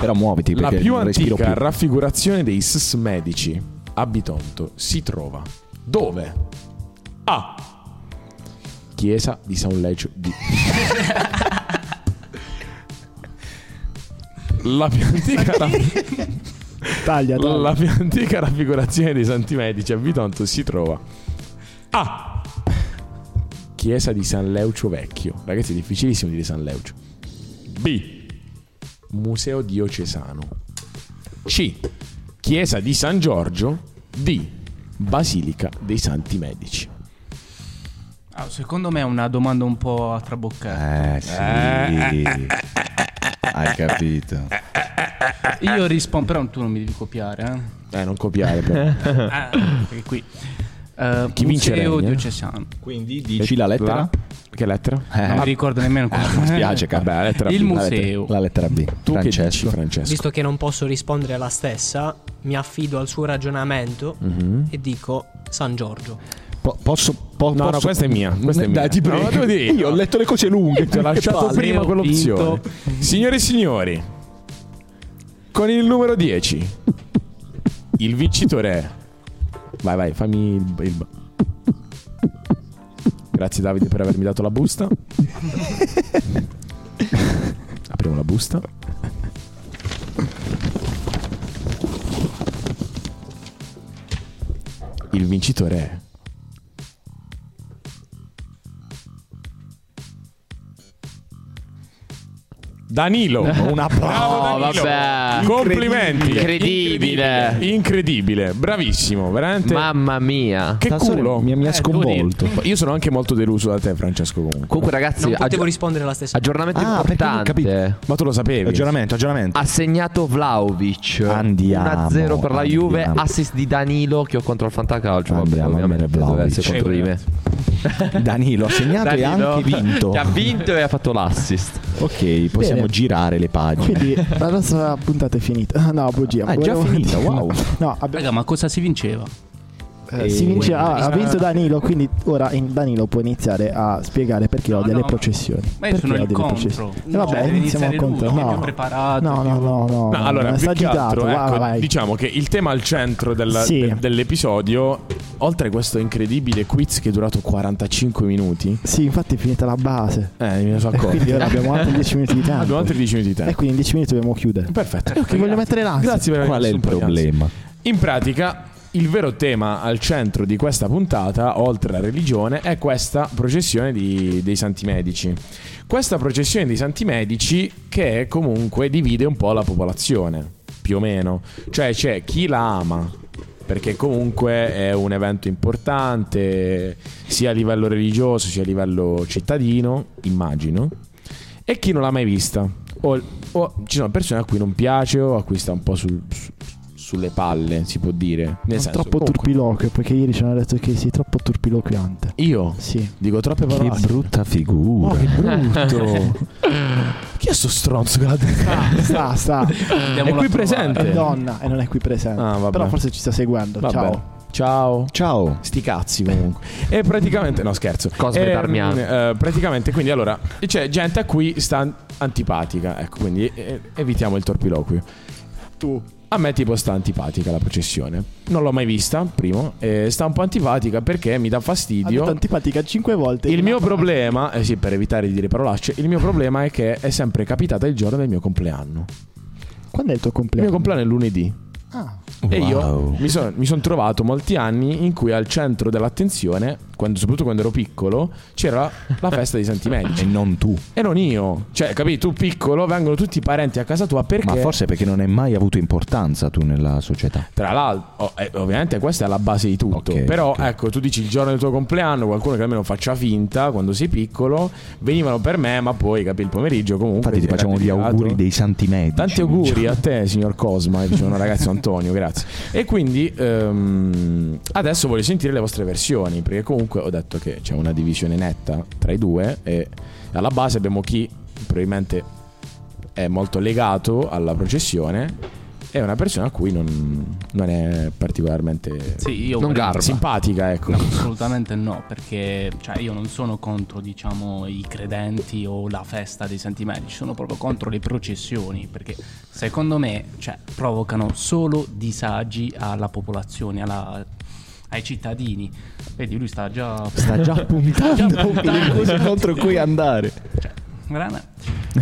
Speaker 3: Però muoviti
Speaker 1: la
Speaker 3: perché
Speaker 1: più
Speaker 3: non respiro
Speaker 1: antica
Speaker 3: più.
Speaker 1: raffigurazione dei SS medici a Bitonto si trova dove? A. Chiesa di San Legio di La più antica, la-
Speaker 2: Taglia, taglia.
Speaker 1: la più antica raffigurazione dei santi medici a Bitonto si trova a Chiesa di San Leucio Vecchio. Ragazzi, è difficilissimo dire San Leucio. B. Museo diocesano. C. Chiesa di San Giorgio. D. Basilica dei Santi Medici.
Speaker 7: Ah, secondo me è una domanda un po' a traboccare.
Speaker 3: Eh sì. Hai
Speaker 1: Eh.
Speaker 3: capito.
Speaker 7: Io rispondo, però tu non mi devi copiare. Eh?
Speaker 1: Eh, non copiare però.
Speaker 7: Ah, perché qui. Eh,
Speaker 1: Chi vince
Speaker 7: Museo
Speaker 1: regna?
Speaker 7: diocesano.
Speaker 3: Quindi dici la lettera?
Speaker 1: Che lettera? Ah.
Speaker 3: Eh,
Speaker 7: Non mi ricordo nemmeno cosa.
Speaker 3: Mi spiace, cara.
Speaker 1: Vabbè, la lettera
Speaker 7: Il
Speaker 1: B, la
Speaker 7: museo.
Speaker 3: La lettera
Speaker 1: Tu
Speaker 3: B.
Speaker 1: che dici,
Speaker 3: Francesco.
Speaker 1: Francesco?
Speaker 6: Visto che non posso rispondere alla stessa, mi affido al suo ragionamento
Speaker 4: Mhm.
Speaker 6: e dico San Giorgio.
Speaker 3: Po- posso, po-
Speaker 1: No, no,
Speaker 3: posso-
Speaker 1: questa è mia, questa è mia.
Speaker 3: Dai, ti prego.
Speaker 1: No, devo dire,
Speaker 3: Io ho letto le cose lunghe.
Speaker 1: Ti ho lasciato
Speaker 7: palle.
Speaker 1: prima
Speaker 7: Ho
Speaker 1: quell'opzione. Signore e signori, con il numero 10, il vincitore è. Vai, vai, fammi il. il- Grazie, Davide, per avermi dato la busta. Apriamo la busta. Il vincitore è. Danilo, un applauso.
Speaker 4: Oh,
Speaker 1: Danilo.
Speaker 4: vabbè.
Speaker 1: Complimenti.
Speaker 4: Incredibile.
Speaker 1: Incredibile, bravissimo, veramente.
Speaker 4: Mamma mia.
Speaker 1: che
Speaker 3: Stasera
Speaker 1: culo.
Speaker 3: Mi, mi ha
Speaker 7: Eh, devo dire.
Speaker 3: sconvolto.
Speaker 1: Io sono anche molto deluso da te, Francesco. Comunque.
Speaker 4: Comunque, ragazzi,
Speaker 6: Non potevo
Speaker 4: aggi-
Speaker 6: rispondere alla stessa.
Speaker 4: aggiornamento
Speaker 3: Ah, perché non
Speaker 4: importante.
Speaker 1: Ma tu lo sapevi.
Speaker 3: Aggiornamento, aggiornamento.
Speaker 4: Ha segnato Vlaovic
Speaker 3: Andiamo,
Speaker 4: 1-0 per la Juve,
Speaker 3: andiamo.
Speaker 4: assist di Danilo che ho contro il Fantacalcio. Vabbè,
Speaker 3: Andiamo,
Speaker 4: ovviamente
Speaker 3: andiamo,
Speaker 4: doveva essere
Speaker 3: Vlahovic.
Speaker 4: contro di me.
Speaker 3: Ah, Danilo ha segnato e ha
Speaker 4: Danilo,
Speaker 3: anche vinto.
Speaker 4: Che ha vinto e ha fatto l'assist.
Speaker 3: Ok, possiamo
Speaker 2: Bene.
Speaker 3: girare le pagine.
Speaker 2: Quindi la nostra puntata è finita. Ah, No, bugia.
Speaker 3: Ah, è già
Speaker 2: Volevo-
Speaker 3: finita, wow.
Speaker 2: No, abbiamo-
Speaker 7: Raga, ma cosa si vinceva?
Speaker 2: eh, si vince- ah, ha
Speaker 7: Quindi-
Speaker 2: vinto Danilo, quindi ora in- Danilo può iniziare a spiegare perché
Speaker 7: No,
Speaker 2: odia le
Speaker 7: no.
Speaker 2: processioni.
Speaker 7: Ma io
Speaker 2: Perché
Speaker 7: sono il
Speaker 2: odia le
Speaker 7: contro.
Speaker 2: processioni? Eh,
Speaker 7: No, cioè,
Speaker 2: vabbè,
Speaker 7: deve
Speaker 2: iniziamo
Speaker 7: iniziare
Speaker 2: al contro.
Speaker 7: lui, che è
Speaker 2: No.
Speaker 7: più preparato,
Speaker 2: no, no,
Speaker 7: più-
Speaker 2: no, no,
Speaker 1: No, allora, più
Speaker 2: sta
Speaker 1: che
Speaker 2: agitato.
Speaker 1: altro,
Speaker 2: vai,
Speaker 1: ecco,
Speaker 2: vai.
Speaker 1: diciamo che il tema al centro del-
Speaker 2: Sì.
Speaker 1: de- dell'episodio, oltre a questo incredibile quiz che è durato 45 minuti,
Speaker 2: Sì, infatti è finita la base.
Speaker 1: eh, me ne sono
Speaker 2: E quindi
Speaker 1: accorto.
Speaker 2: ora abbiamo altri 10 minuti di tempo.
Speaker 1: Abbiamo altri 10 minuti di
Speaker 2: E
Speaker 1: tempo.
Speaker 2: quindi in 10 minuti dobbiamo chiudere.
Speaker 1: Perfetto.
Speaker 2: Ti voglio mettere l'ansia.
Speaker 1: Grazie per aver
Speaker 3: Qual è
Speaker 1: messo
Speaker 3: il
Speaker 1: un po' di ansia.
Speaker 3: problema?
Speaker 1: In pratica, il vero tema al centro di questa puntata, oltre alla religione, è questa processione di- dei santi medici. Questa processione dei santi medici che comunque divide un po' la popolazione, più o meno. Cioè c'è chi la ama, perché comunque è un evento importante, sia a livello religioso sia a livello cittadino, immagino, e chi non l'ha mai vista. O, o ci sono persone a cui non piace o a cui sta un po' sul- su- sulle palle, si può dire. Nel
Speaker 2: Non
Speaker 1: senso,
Speaker 2: troppo
Speaker 1: comunque,
Speaker 2: turpiloquio, perché ieri ci hanno detto che sei troppo turpiloquiante.
Speaker 1: Io
Speaker 2: Sì.
Speaker 1: dico troppe
Speaker 3: Che
Speaker 1: parole.
Speaker 3: brutta
Speaker 1: Oh,
Speaker 3: figura.
Speaker 1: che brutto. Chi è sto stronzo che l'ha detto?
Speaker 2: Sta, sta.
Speaker 1: È
Speaker 7: Andiamola
Speaker 1: qui
Speaker 2: È
Speaker 7: a trovare.
Speaker 1: presente.
Speaker 2: donna e non è qui presente.
Speaker 1: Ah, vabbè.
Speaker 2: Però forse ci sta seguendo.
Speaker 1: Vabbè.
Speaker 2: Eh, Ciao.
Speaker 1: Ciao.
Speaker 3: Ciao.
Speaker 1: Sti cazzi comunque. E praticamente... No scherzo.
Speaker 4: Cosme
Speaker 1: Ehm,
Speaker 4: Darmian.
Speaker 1: eh, praticamente quindi allora c'è gente a cui sta antipatica. Ecco, quindi eh, evitiamo il torpiloquio. Tu. A me tipo sta antipatica la processione. Non l'ho mai vista, primo. e sta un po' antipatica perché mi dà
Speaker 2: Ha
Speaker 1: fastidio.
Speaker 2: detto antipatica 5 volte.
Speaker 1: Il mio problema, eh sì, per evitare di dire parolacce, il mio problema è che è sempre capitata il giorno del mio compleanno.
Speaker 2: Quando è il tuo
Speaker 1: Il mio
Speaker 2: compleanno?
Speaker 1: compleanno è lunedì.
Speaker 2: Ah,
Speaker 1: E io
Speaker 3: Wow.
Speaker 1: mi sono trovato molti anni in cui al centro dell'attenzione, quando- soprattutto quando ero piccolo, c'era la festa dei Santi
Speaker 3: E
Speaker 1: Medici.
Speaker 3: non tu.
Speaker 1: E non io. Cioè, capi, tu piccolo, vengono tutti i parenti a casa tua perché...
Speaker 3: Ma forse perché non hai mai avuto importanza tu nella società.
Speaker 1: Tra l'altro, oh, eh, ovviamente questa è la base di tutto.
Speaker 3: Ok,
Speaker 1: però
Speaker 3: ok.
Speaker 1: ecco, tu dici il giorno del tuo compleanno, qualcuno che almeno faccia finta quando sei piccolo, venivano per me, ma poi capi il pomeriggio comunque.
Speaker 3: Infatti ti
Speaker 1: era
Speaker 3: facciamo gli
Speaker 1: dedicato.
Speaker 3: auguri dei santi medici.
Speaker 1: Tanti auguri a te, signor Cosma, e dicevano ragazzo Antonio, grazie. E quindi ehm, adesso voglio sentire le vostre versioni, perché comunque ho detto che c'è una divisione netta tra i due e alla base abbiamo chi probabilmente è molto legato alla processione e una persona a cui non, non è particolarmente
Speaker 7: Sì, io
Speaker 4: Non
Speaker 7: vorrei-
Speaker 4: garba.
Speaker 1: simpatica, ecco.
Speaker 7: No, assolutamente no, perché cioè, io non sono contro diciamo, i credenti o la festa dei santi medici, sono proprio contro le processioni, perché secondo me cioè, provocano solo disagi alla popolazione, alla- ai cittadini. Vedi, lui sta già...
Speaker 3: Sta già puntando
Speaker 7: puntando.
Speaker 3: contro cui andare.
Speaker 7: Guarda.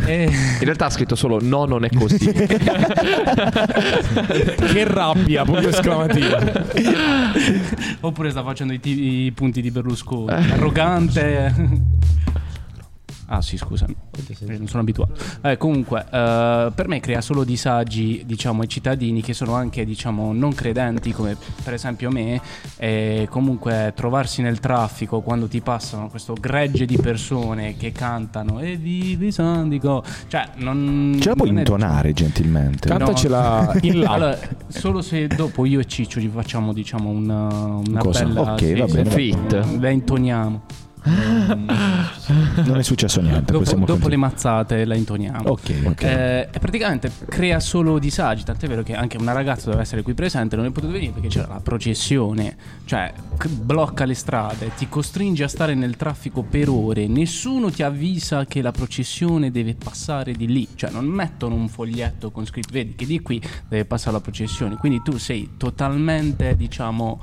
Speaker 7: Eh, E...
Speaker 4: In realtà ha scritto solo no, non è così.
Speaker 1: Che rabbia, punto esclamativo.
Speaker 7: Oppure sta facendo i, ti- i punti di Berlusconi. Arrogante. Ah sì, scusami, non sono abituato. Eh, comunque, eh, per me crea solo disagi, diciamo, ai cittadini che sono anche, diciamo, non credenti, come per esempio me, e comunque trovarsi nel traffico quando ti passano questo gregge di persone che cantano e vivi Sandico, cioè non...
Speaker 3: Ce la puoi
Speaker 7: non è-
Speaker 3: intonare gentilmente.
Speaker 7: Cazzo,
Speaker 1: Cantacela in là.
Speaker 7: allora, solo se dopo io e Ciccio gli facciamo, diciamo, una, una
Speaker 3: Cosa?
Speaker 7: bella
Speaker 3: Ok, va bene.
Speaker 4: Fit.
Speaker 7: La intoniamo.
Speaker 3: Non è successo niente.
Speaker 7: Dopo,
Speaker 3: possiamo
Speaker 7: dopo le
Speaker 3: continuare.
Speaker 7: mazzate la intoniamo.
Speaker 3: Ok, ok.
Speaker 7: Eh, e praticamente crea solo disagi. Tant'è vero che anche una ragazza doveva essere qui presente, non è potuto venire perché c'era la processione, cioè c- blocca le strade, ti costringe a stare nel traffico per ore. Nessuno ti avvisa che la processione deve passare di lì, cioè non mettono un foglietto con scritto vedi che di qui deve passare la processione. Quindi tu sei totalmente, diciamo.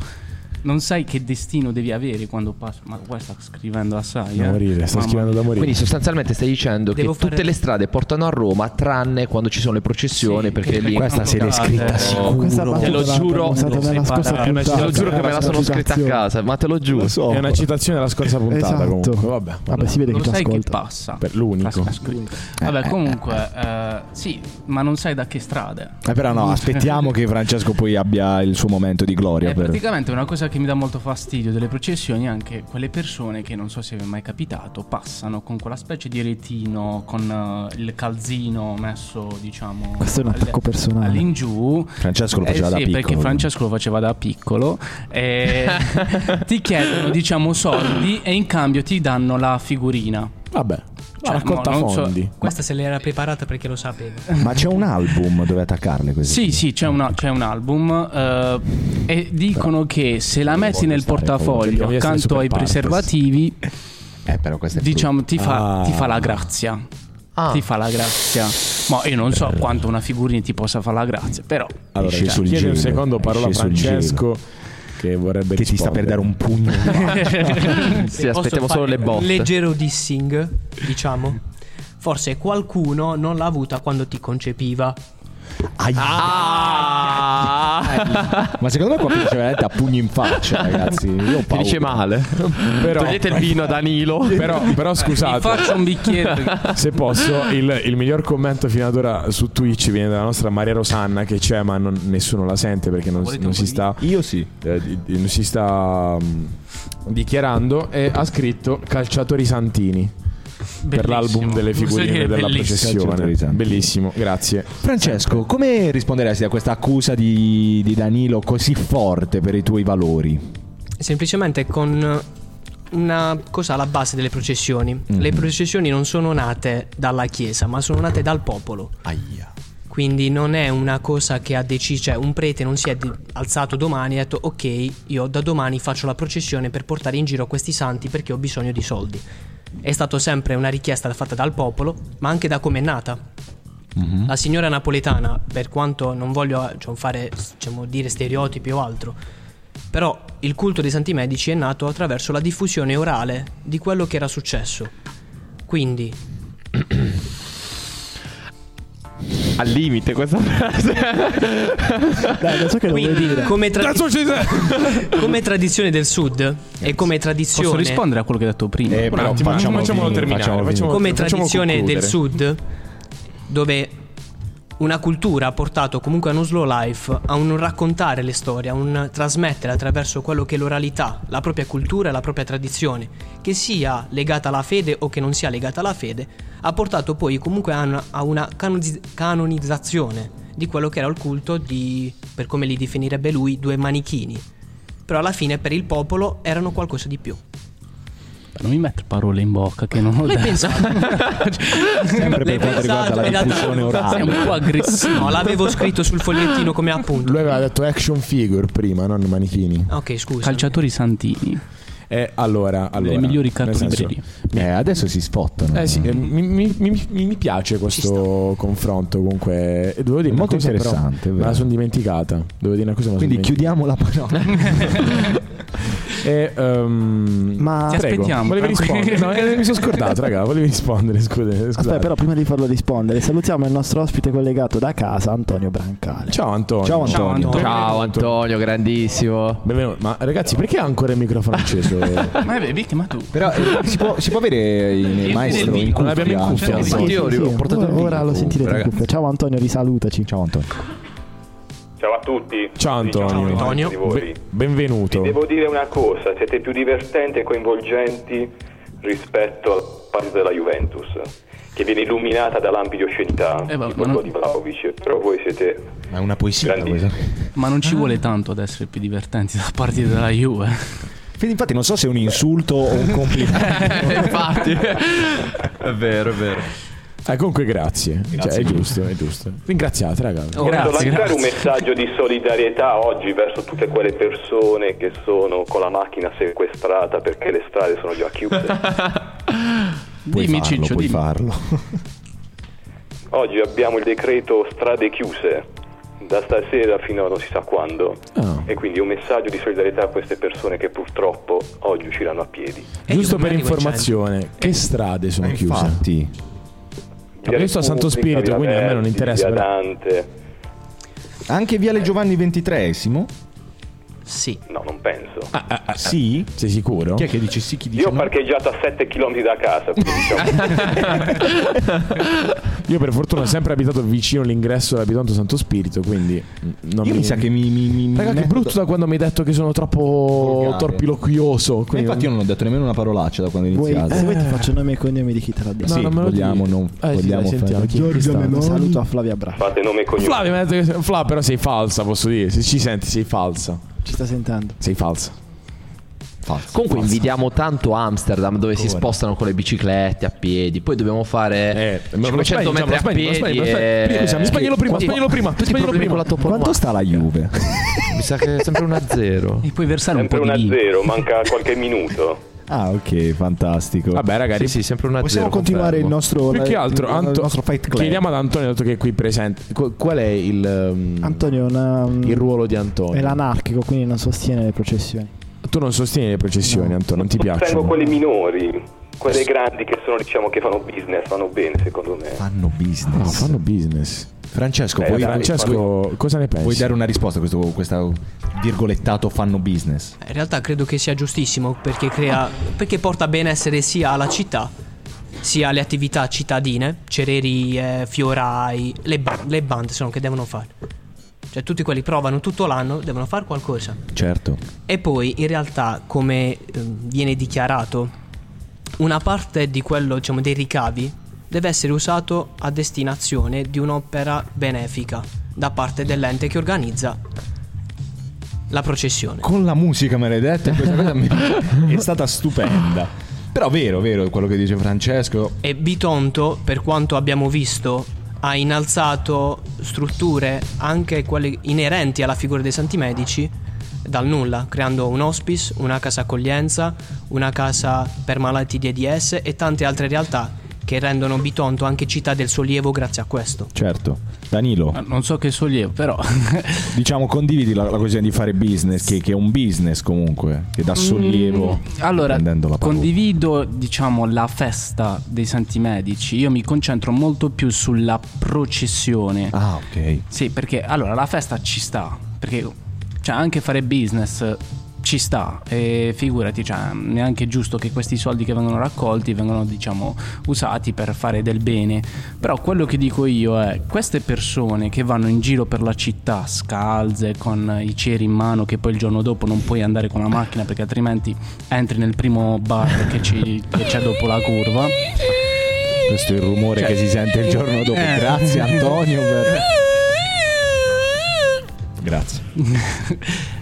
Speaker 7: Non sai che destino devi avere quando passa. Ma qua sta scrivendo assai.
Speaker 1: Da
Speaker 7: eh.
Speaker 1: morire, sta
Speaker 7: Mamma
Speaker 1: scrivendo da morire.
Speaker 4: Quindi sostanzialmente stai dicendo
Speaker 6: Devo
Speaker 4: che tutte
Speaker 6: fare-
Speaker 4: le strade portano a Roma tranne quando ci sono le processioni
Speaker 7: Sì,
Speaker 4: perché
Speaker 7: che-
Speaker 4: lì
Speaker 3: Questa si è descritta
Speaker 7: Eh,
Speaker 3: sicuro.
Speaker 2: Questa battuta
Speaker 4: Te lo
Speaker 2: l'abbiamo
Speaker 4: giuro,
Speaker 2: usata
Speaker 7: lo
Speaker 2: nella
Speaker 7: sai
Speaker 2: scorsa
Speaker 7: parlare,
Speaker 2: puntata, Esatto.
Speaker 4: Te lo giuro che me la sono scritta a
Speaker 2: citazione.
Speaker 4: casa, ma te lo giuro.
Speaker 3: Lo so.
Speaker 1: È una citazione della scorsa puntata
Speaker 2: Esatto.
Speaker 1: comunque. Vabbè.
Speaker 2: Vabbè, si vede
Speaker 7: Lo
Speaker 2: che ci
Speaker 7: sai che
Speaker 2: ascolta.
Speaker 7: passa.
Speaker 1: Per l'unico. eh,
Speaker 7: Ah, scritto. Vabbè, comunque, eh, sì, ma non sai da che strade.
Speaker 3: Eh, però no, aspettiamo che Francesco poi abbia il suo momento di gloria.
Speaker 7: È
Speaker 3: Per...
Speaker 7: praticamente una cosa che mi dà molto fastidio delle processioni è anche quelle persone che non so se vi è mai capitato passano con quella specie di retino con eh, il calzino messo diciamo
Speaker 2: Questo è un
Speaker 7: al-
Speaker 2: attacco personale.
Speaker 7: all'ingiù
Speaker 3: Francesco lo
Speaker 7: Eh
Speaker 3: faceva da
Speaker 7: sì,
Speaker 3: piccolo.
Speaker 7: perché
Speaker 3: quindi.
Speaker 7: Francesco lo faceva da piccolo. E ti chiedono, diciamo, soldi e in cambio ti danno la figurina.
Speaker 1: Vabbè. La
Speaker 7: Cioè,
Speaker 1: raccolta
Speaker 7: mo, non so-
Speaker 1: fondi.
Speaker 6: Questa se l'era preparata perché lo sapeva.
Speaker 3: Ma c'è un album dove attaccarle queste
Speaker 7: Sì, sì, c'è, una- c'è un album eh, e dicono che se la metti nel
Speaker 3: stare
Speaker 7: portafoglio
Speaker 1: paura.
Speaker 7: accanto
Speaker 1: Super
Speaker 7: ai
Speaker 1: partes.
Speaker 7: preservativi,
Speaker 3: Eh, però questa è
Speaker 7: diciamo, ti fa,
Speaker 1: Ah.
Speaker 7: ti fa la grazia.
Speaker 4: Ah.
Speaker 7: Ti fa la grazia. Ma io non so quanto una figurina ti possa fare la grazia, però
Speaker 1: Allora,
Speaker 3: Esce sul
Speaker 1: chiedi un
Speaker 3: gelo,
Speaker 1: secondo parola a
Speaker 3: esce sul
Speaker 1: Francesco che vorrebbe
Speaker 3: che ti sta per dare un pugno.
Speaker 4: Sì, aspettiamo
Speaker 6: Posso
Speaker 4: solo le
Speaker 6: fare
Speaker 4: botte.
Speaker 6: Un leggero dissing, diciamo. Forse qualcuno non l'ha avuta quando ti concepiva.
Speaker 3: Ai-
Speaker 4: Ah!
Speaker 3: Ma secondo me qua finisce veramente a pugni in faccia, ragazzi. Eh, Io ho paura.
Speaker 4: Finisce male.
Speaker 1: Però-
Speaker 4: Togliete il vino a Danilo.
Speaker 1: Però, però
Speaker 7: ti
Speaker 1: scusate,
Speaker 7: Eh, faccio un bicchiere.
Speaker 1: se posso, il, il miglior commento fino ad ora su Twitch viene dalla nostra Maria Rosanna che c'è ma non- nessuno la sente perché non,
Speaker 7: Volete
Speaker 1: non
Speaker 7: un
Speaker 1: si
Speaker 7: po' di
Speaker 1: sta... Io sì. non si sta mm, dichiarando e ha scritto Calciatori Santini. Per
Speaker 7: Bellissimo.
Speaker 1: l'album delle
Speaker 7: Posso
Speaker 1: figurine
Speaker 7: dire
Speaker 1: della
Speaker 7: bellissimo.
Speaker 1: processione
Speaker 3: Calciatori Santini.
Speaker 1: Bellissimo, grazie
Speaker 3: Francesco, come risponderesti a questa accusa di, di Danilo così forte per i tuoi valori?
Speaker 6: Semplicemente con una cosa alla base delle processioni. Le processioni non sono nate dalla Chiesa, ma sono nate dal popolo.
Speaker 3: Aia.
Speaker 6: Quindi non è una cosa che ha deciso, cioè un prete non si è di- alzato domani e ha detto ok, io da domani faccio la processione per portare in giro questi santi perché ho bisogno di soldi. È stata sempre una richiesta fatta dal popolo, ma anche da come è nata. La signora napoletana, per quanto non voglio cioè, fare, diciamo, dire stereotipi o altro, però il culto dei santi medici è nato attraverso la diffusione orale di quello che era successo. Quindi
Speaker 4: Al limite questa frase.
Speaker 2: Dai, non so che lo volevi
Speaker 6: Quindi,
Speaker 2: dire.
Speaker 6: come, tra- come tradizione del sud e come tradizione,
Speaker 7: Posso rispondere a quello che hai detto prima?
Speaker 3: Eh, però
Speaker 1: attimo,
Speaker 3: facciamolo,
Speaker 1: facciamolo
Speaker 3: finire,
Speaker 1: terminare,
Speaker 3: facciamolo
Speaker 1: facciamo-
Speaker 6: come
Speaker 1: facciamo
Speaker 6: tradizione del
Speaker 1: concludere.
Speaker 6: sud, dove una cultura ha portato comunque a uno slow life, a un raccontare le storie, a un trasmettere attraverso quello che è l'oralità, la propria cultura e la propria tradizione, che sia legata alla fede o che non sia legata alla fede, ha portato poi comunque a una, a una canonizz- canonizzazione di quello che era il culto di, per come li definirebbe lui, due manichini. Però alla fine per il popolo erano qualcosa di più.
Speaker 7: Non mi mettere parole in bocca che non ho
Speaker 6: L'hai
Speaker 7: detto.
Speaker 6: pensato?
Speaker 3: Sempre per quanto riguarda la
Speaker 7: Ah,
Speaker 6: L'hai pensato,
Speaker 3: diffusione
Speaker 6: l'hai
Speaker 3: orale.
Speaker 7: Sei un po' aggressivo.
Speaker 6: No, l'avevo scritto sul fogliettino come appunto.
Speaker 1: Lui aveva detto action figure prima, non manichini
Speaker 6: Ok, scusa.
Speaker 7: Calciatori Santini,
Speaker 1: E Eh, allora, allora
Speaker 7: le migliori
Speaker 1: nel senso-
Speaker 7: cartolibrerie.
Speaker 3: Eh, adesso si sfottano.
Speaker 1: Eh sì, eh, mi, mi- mi- mi piace questo confronto comunque. E Devo dire,
Speaker 3: È molto
Speaker 1: una cosa, però,
Speaker 3: interessante, è
Speaker 1: me
Speaker 3: vero.
Speaker 1: la sono dimenticata. Devo dire una cosa, me la son
Speaker 3: Quindi
Speaker 1: dimenticata.
Speaker 3: chiudiamo la parola.
Speaker 1: E, ehm,
Speaker 2: Ma- Ti
Speaker 1: prego.
Speaker 7: aspettiamo,
Speaker 1: Volevi
Speaker 7: tranquillo.
Speaker 1: rispondere? No, eh, mi sono scordato, raga. Volevi rispondere. Scusate.
Speaker 2: Aspetta,
Speaker 1: scusate.
Speaker 2: però prima di farlo rispondere, salutiamo il nostro ospite collegato da casa, Antonio Brancale.
Speaker 1: Ciao Antonio.
Speaker 2: Ciao, Antonio.
Speaker 7: Ciao Antonio.
Speaker 4: Ciao Antonio, grandissimo.
Speaker 1: Benvenuto. Ma ragazzi, perché ha ancora il microfono acceso? non
Speaker 7: Ma è vittima tu.
Speaker 3: Però eh, si, può, si può avere il maestro in
Speaker 1: Non l'abbiamo in cuffia.
Speaker 3: Cioè,
Speaker 2: Sì,
Speaker 4: Oddio,
Speaker 2: sì, sì,
Speaker 4: ho
Speaker 2: sì.
Speaker 4: portato
Speaker 2: Ora-
Speaker 4: il
Speaker 2: Ora
Speaker 4: link.
Speaker 2: lo sentirete in
Speaker 4: Raga.
Speaker 2: cuffia. Ciao Antonio, risalutaci.
Speaker 3: Ciao Antonio.
Speaker 8: Ciao a tutti.
Speaker 1: Ciao, Antonio.
Speaker 8: Diciamo,
Speaker 6: Antonio.
Speaker 8: di voi.
Speaker 1: Be- benvenuto.
Speaker 8: Vi devo dire una cosa, siete più divertenti e coinvolgenti rispetto al paese della Juventus, che viene illuminata da lampi di oscenità,
Speaker 7: Eh, ma-
Speaker 8: tipo
Speaker 7: ma
Speaker 8: quello
Speaker 7: non-
Speaker 8: di Vlaovic, però voi siete
Speaker 3: Ma è una poesia
Speaker 8: Grandissimo.
Speaker 3: questa.
Speaker 7: Ma non ci vuole tanto ad essere più divertenti da parte della Juve.
Speaker 3: Quindi, Infatti non so se è un insulto o un complimento.
Speaker 4: Infatti, è vero, è vero.
Speaker 1: Eh, comunque, grazie. Cioè, è giusto, è giusto. Ringraziate, raga.
Speaker 7: Oh,
Speaker 8: Voglio
Speaker 7: grazie,
Speaker 8: lanciare un
Speaker 7: grazie.
Speaker 8: messaggio di solidarietà oggi verso tutte quelle persone che sono con la macchina sequestrata perché le strade sono già chiuse.
Speaker 3: Puoi
Speaker 7: Dimmi
Speaker 3: farlo,
Speaker 7: Ciccio,
Speaker 3: puoi
Speaker 7: dimmi.
Speaker 3: farlo.
Speaker 8: Oggi abbiamo il decreto strade chiuse, da stasera fino a non si sa quando.
Speaker 1: Ah.
Speaker 8: E quindi un messaggio di solidarietà a queste persone che purtroppo oggi usciranno a piedi.
Speaker 1: Giusto
Speaker 6: E
Speaker 1: per
Speaker 6: io domani arrivo in
Speaker 1: informazione, che strade sono chiuse?
Speaker 3: Eh, Infatti,
Speaker 1: Vabbè, io sto a Santo
Speaker 8: Repubblica,
Speaker 1: Spirito,
Speaker 8: via
Speaker 1: quindi a me non
Speaker 8: Verdi,
Speaker 1: interessa,
Speaker 8: via
Speaker 1: però.
Speaker 8: Dante.
Speaker 3: anche Viale Giovanni XXIII?
Speaker 6: centro. Sì.
Speaker 8: No, non penso.
Speaker 1: Eh,
Speaker 3: Sì.
Speaker 1: Sei sicuro?
Speaker 3: Chi è che dice sì? Chi dice
Speaker 8: Io ho
Speaker 3: no?
Speaker 8: parcheggiato a 7 km da casa, quindi diciamo,
Speaker 1: Io per fortuna ho sempre abitato vicino all'ingresso della Bitonto Santo Spirito, quindi mm, non
Speaker 3: Io mi sa che mi... mi, mi- mi
Speaker 1: Raga, che
Speaker 3: metto-
Speaker 1: brutto da quando mi hai detto che sono troppo
Speaker 3: Volgare.
Speaker 1: torpiloquioso.
Speaker 3: Ma
Speaker 1: Quindi
Speaker 3: Eh, infatti io non ho detto nemmeno una parolaccia da quando ho
Speaker 2: Vuoi-
Speaker 3: iniziato.
Speaker 8: Eh,
Speaker 2: se vuoi ti faccio nome e cognome di chi te l'ha detto.
Speaker 1: No,
Speaker 3: sì,
Speaker 1: non me lo
Speaker 3: vogliamo,
Speaker 1: dici.
Speaker 3: non-
Speaker 1: Eh, sì,
Speaker 3: vogliamo
Speaker 1: dai,
Speaker 3: fare-
Speaker 1: sentiamo chi è
Speaker 2: Giorgio
Speaker 1: che sta-
Speaker 2: Meloni. saluto a Flavia Bra.
Speaker 8: fate nome e cognome.
Speaker 1: Flavia, mi ha detto che- Fla, però sei falsa, posso dire. Se ci senti, sei falsa.
Speaker 2: Ci sta sentendo.
Speaker 1: Sei falsa.
Speaker 3: Falso.
Speaker 4: Comunque
Speaker 3: Falso.
Speaker 4: invidiamo tanto Amsterdam dove si
Speaker 3: Ancora.
Speaker 4: spostano con le biciclette a piedi, poi dobbiamo fare
Speaker 1: Eh, ma- ma-
Speaker 4: 500
Speaker 1: ma- ma-
Speaker 4: metri a
Speaker 1: ma- ma-
Speaker 4: piedi.
Speaker 1: ma- ma- ma-
Speaker 4: e-
Speaker 1: prima, scusa, mi spagnolo prima,
Speaker 4: Tutti-
Speaker 1: spagnolo prima,
Speaker 4: Tutti i
Speaker 1: spagnolo
Speaker 4: problemi
Speaker 1: prima.
Speaker 4: con la tua
Speaker 3: Quanto
Speaker 4: porta.
Speaker 3: sta la Juve?
Speaker 4: Mi sa che è sempre un a zero.
Speaker 7: E puoi versare
Speaker 8: Sempre
Speaker 7: un po'
Speaker 8: una
Speaker 7: di
Speaker 8: zero, manca qualche minuto.
Speaker 3: ah, ok, fantastico.
Speaker 1: Vabbè, ragazzi,
Speaker 4: Sì, sì, sempre un a
Speaker 3: Possiamo
Speaker 4: zero.
Speaker 3: continuare il
Speaker 4: confermo.
Speaker 3: nostro
Speaker 1: più che altro,
Speaker 3: il
Speaker 1: Anto-
Speaker 3: nostro fight club.
Speaker 1: chiediamo ad Antonio, dato che è qui presente, qu- qual è il, ehm,
Speaker 2: Antonio è una- mm,
Speaker 1: il ruolo di Antonio?
Speaker 2: è l'anarchico, quindi non sostiene le processioni.
Speaker 1: Tu non sostieni le processioni, Antonio, non ti
Speaker 8: Tengo
Speaker 1: piacciono.
Speaker 8: quelle minori, quelle grandi che sono, diciamo, che fanno business, fanno bene secondo me.
Speaker 3: Fanno
Speaker 1: No,
Speaker 3: business.
Speaker 1: fanno business.
Speaker 3: Francesco,
Speaker 8: Eh,
Speaker 3: vuoi,
Speaker 8: dai,
Speaker 1: Ah. Francesco, eh, cosa ne pensi?
Speaker 3: vuoi dare una risposta a questo questa virgolettato fanno business?
Speaker 6: In realtà credo che sia giustissimo perché, crea, perché porta benessere sia alla città, sia alle attività cittadine, cererie, eh, fiorai, le, ba- le bande sono che devono fare. Cioè tutti quelli provano tutto l'anno, devono fare qualcosa.
Speaker 3: Certo.
Speaker 6: E poi in realtà, come ehm, viene dichiarato, una parte di quello, diciamo, dei ricavi deve essere usato a destinazione di un'opera benefica da parte dell'ente che organizza la processione.
Speaker 3: Con la musica maledetta questa cosa mi- è stata stupenda. Però vero, vero quello che dice Francesco.
Speaker 6: E Bitonto, per quanto abbiamo visto, ha innalzato strutture anche quelle inerenti alla figura dei santi medici dal nulla, creando un hospice, una casa accoglienza, una casa per malati di AIDS e tante altre realtà che rendono Bitonto anche città del sollievo grazie a questo.
Speaker 3: Certo. Danilo,
Speaker 1: Ah.
Speaker 7: Ma
Speaker 8: Ehm.
Speaker 7: Non so che sollievo, però.
Speaker 3: diciamo condividi la, la questione di fare business, che, che è un business comunque, che dà sollievo.
Speaker 4: Mm,
Speaker 7: allora,
Speaker 3: prendendo la parola.
Speaker 7: condivido, diciamo, la festa dei santi medici. Io mi concentro molto più sulla processione.
Speaker 3: Ah, ok.
Speaker 7: Sì, perché allora la festa ci sta, perché cioè, anche fare business eh, ci sta e figurati, cioè, neanche è giusto che questi soldi che vengono raccolti vengano, diciamo, usati per fare del bene. Però quello che dico io è queste persone che vanno in giro per la città scalze con i ceri in mano che poi il giorno dopo non puoi andare con la macchina perché altrimenti entri nel primo bar che, ci- che c'è dopo la curva.
Speaker 3: Questo è il rumore
Speaker 1: Cioè,
Speaker 3: che si sente il giorno dopo.
Speaker 7: Eh.
Speaker 3: Grazie Antonio per... Grazie.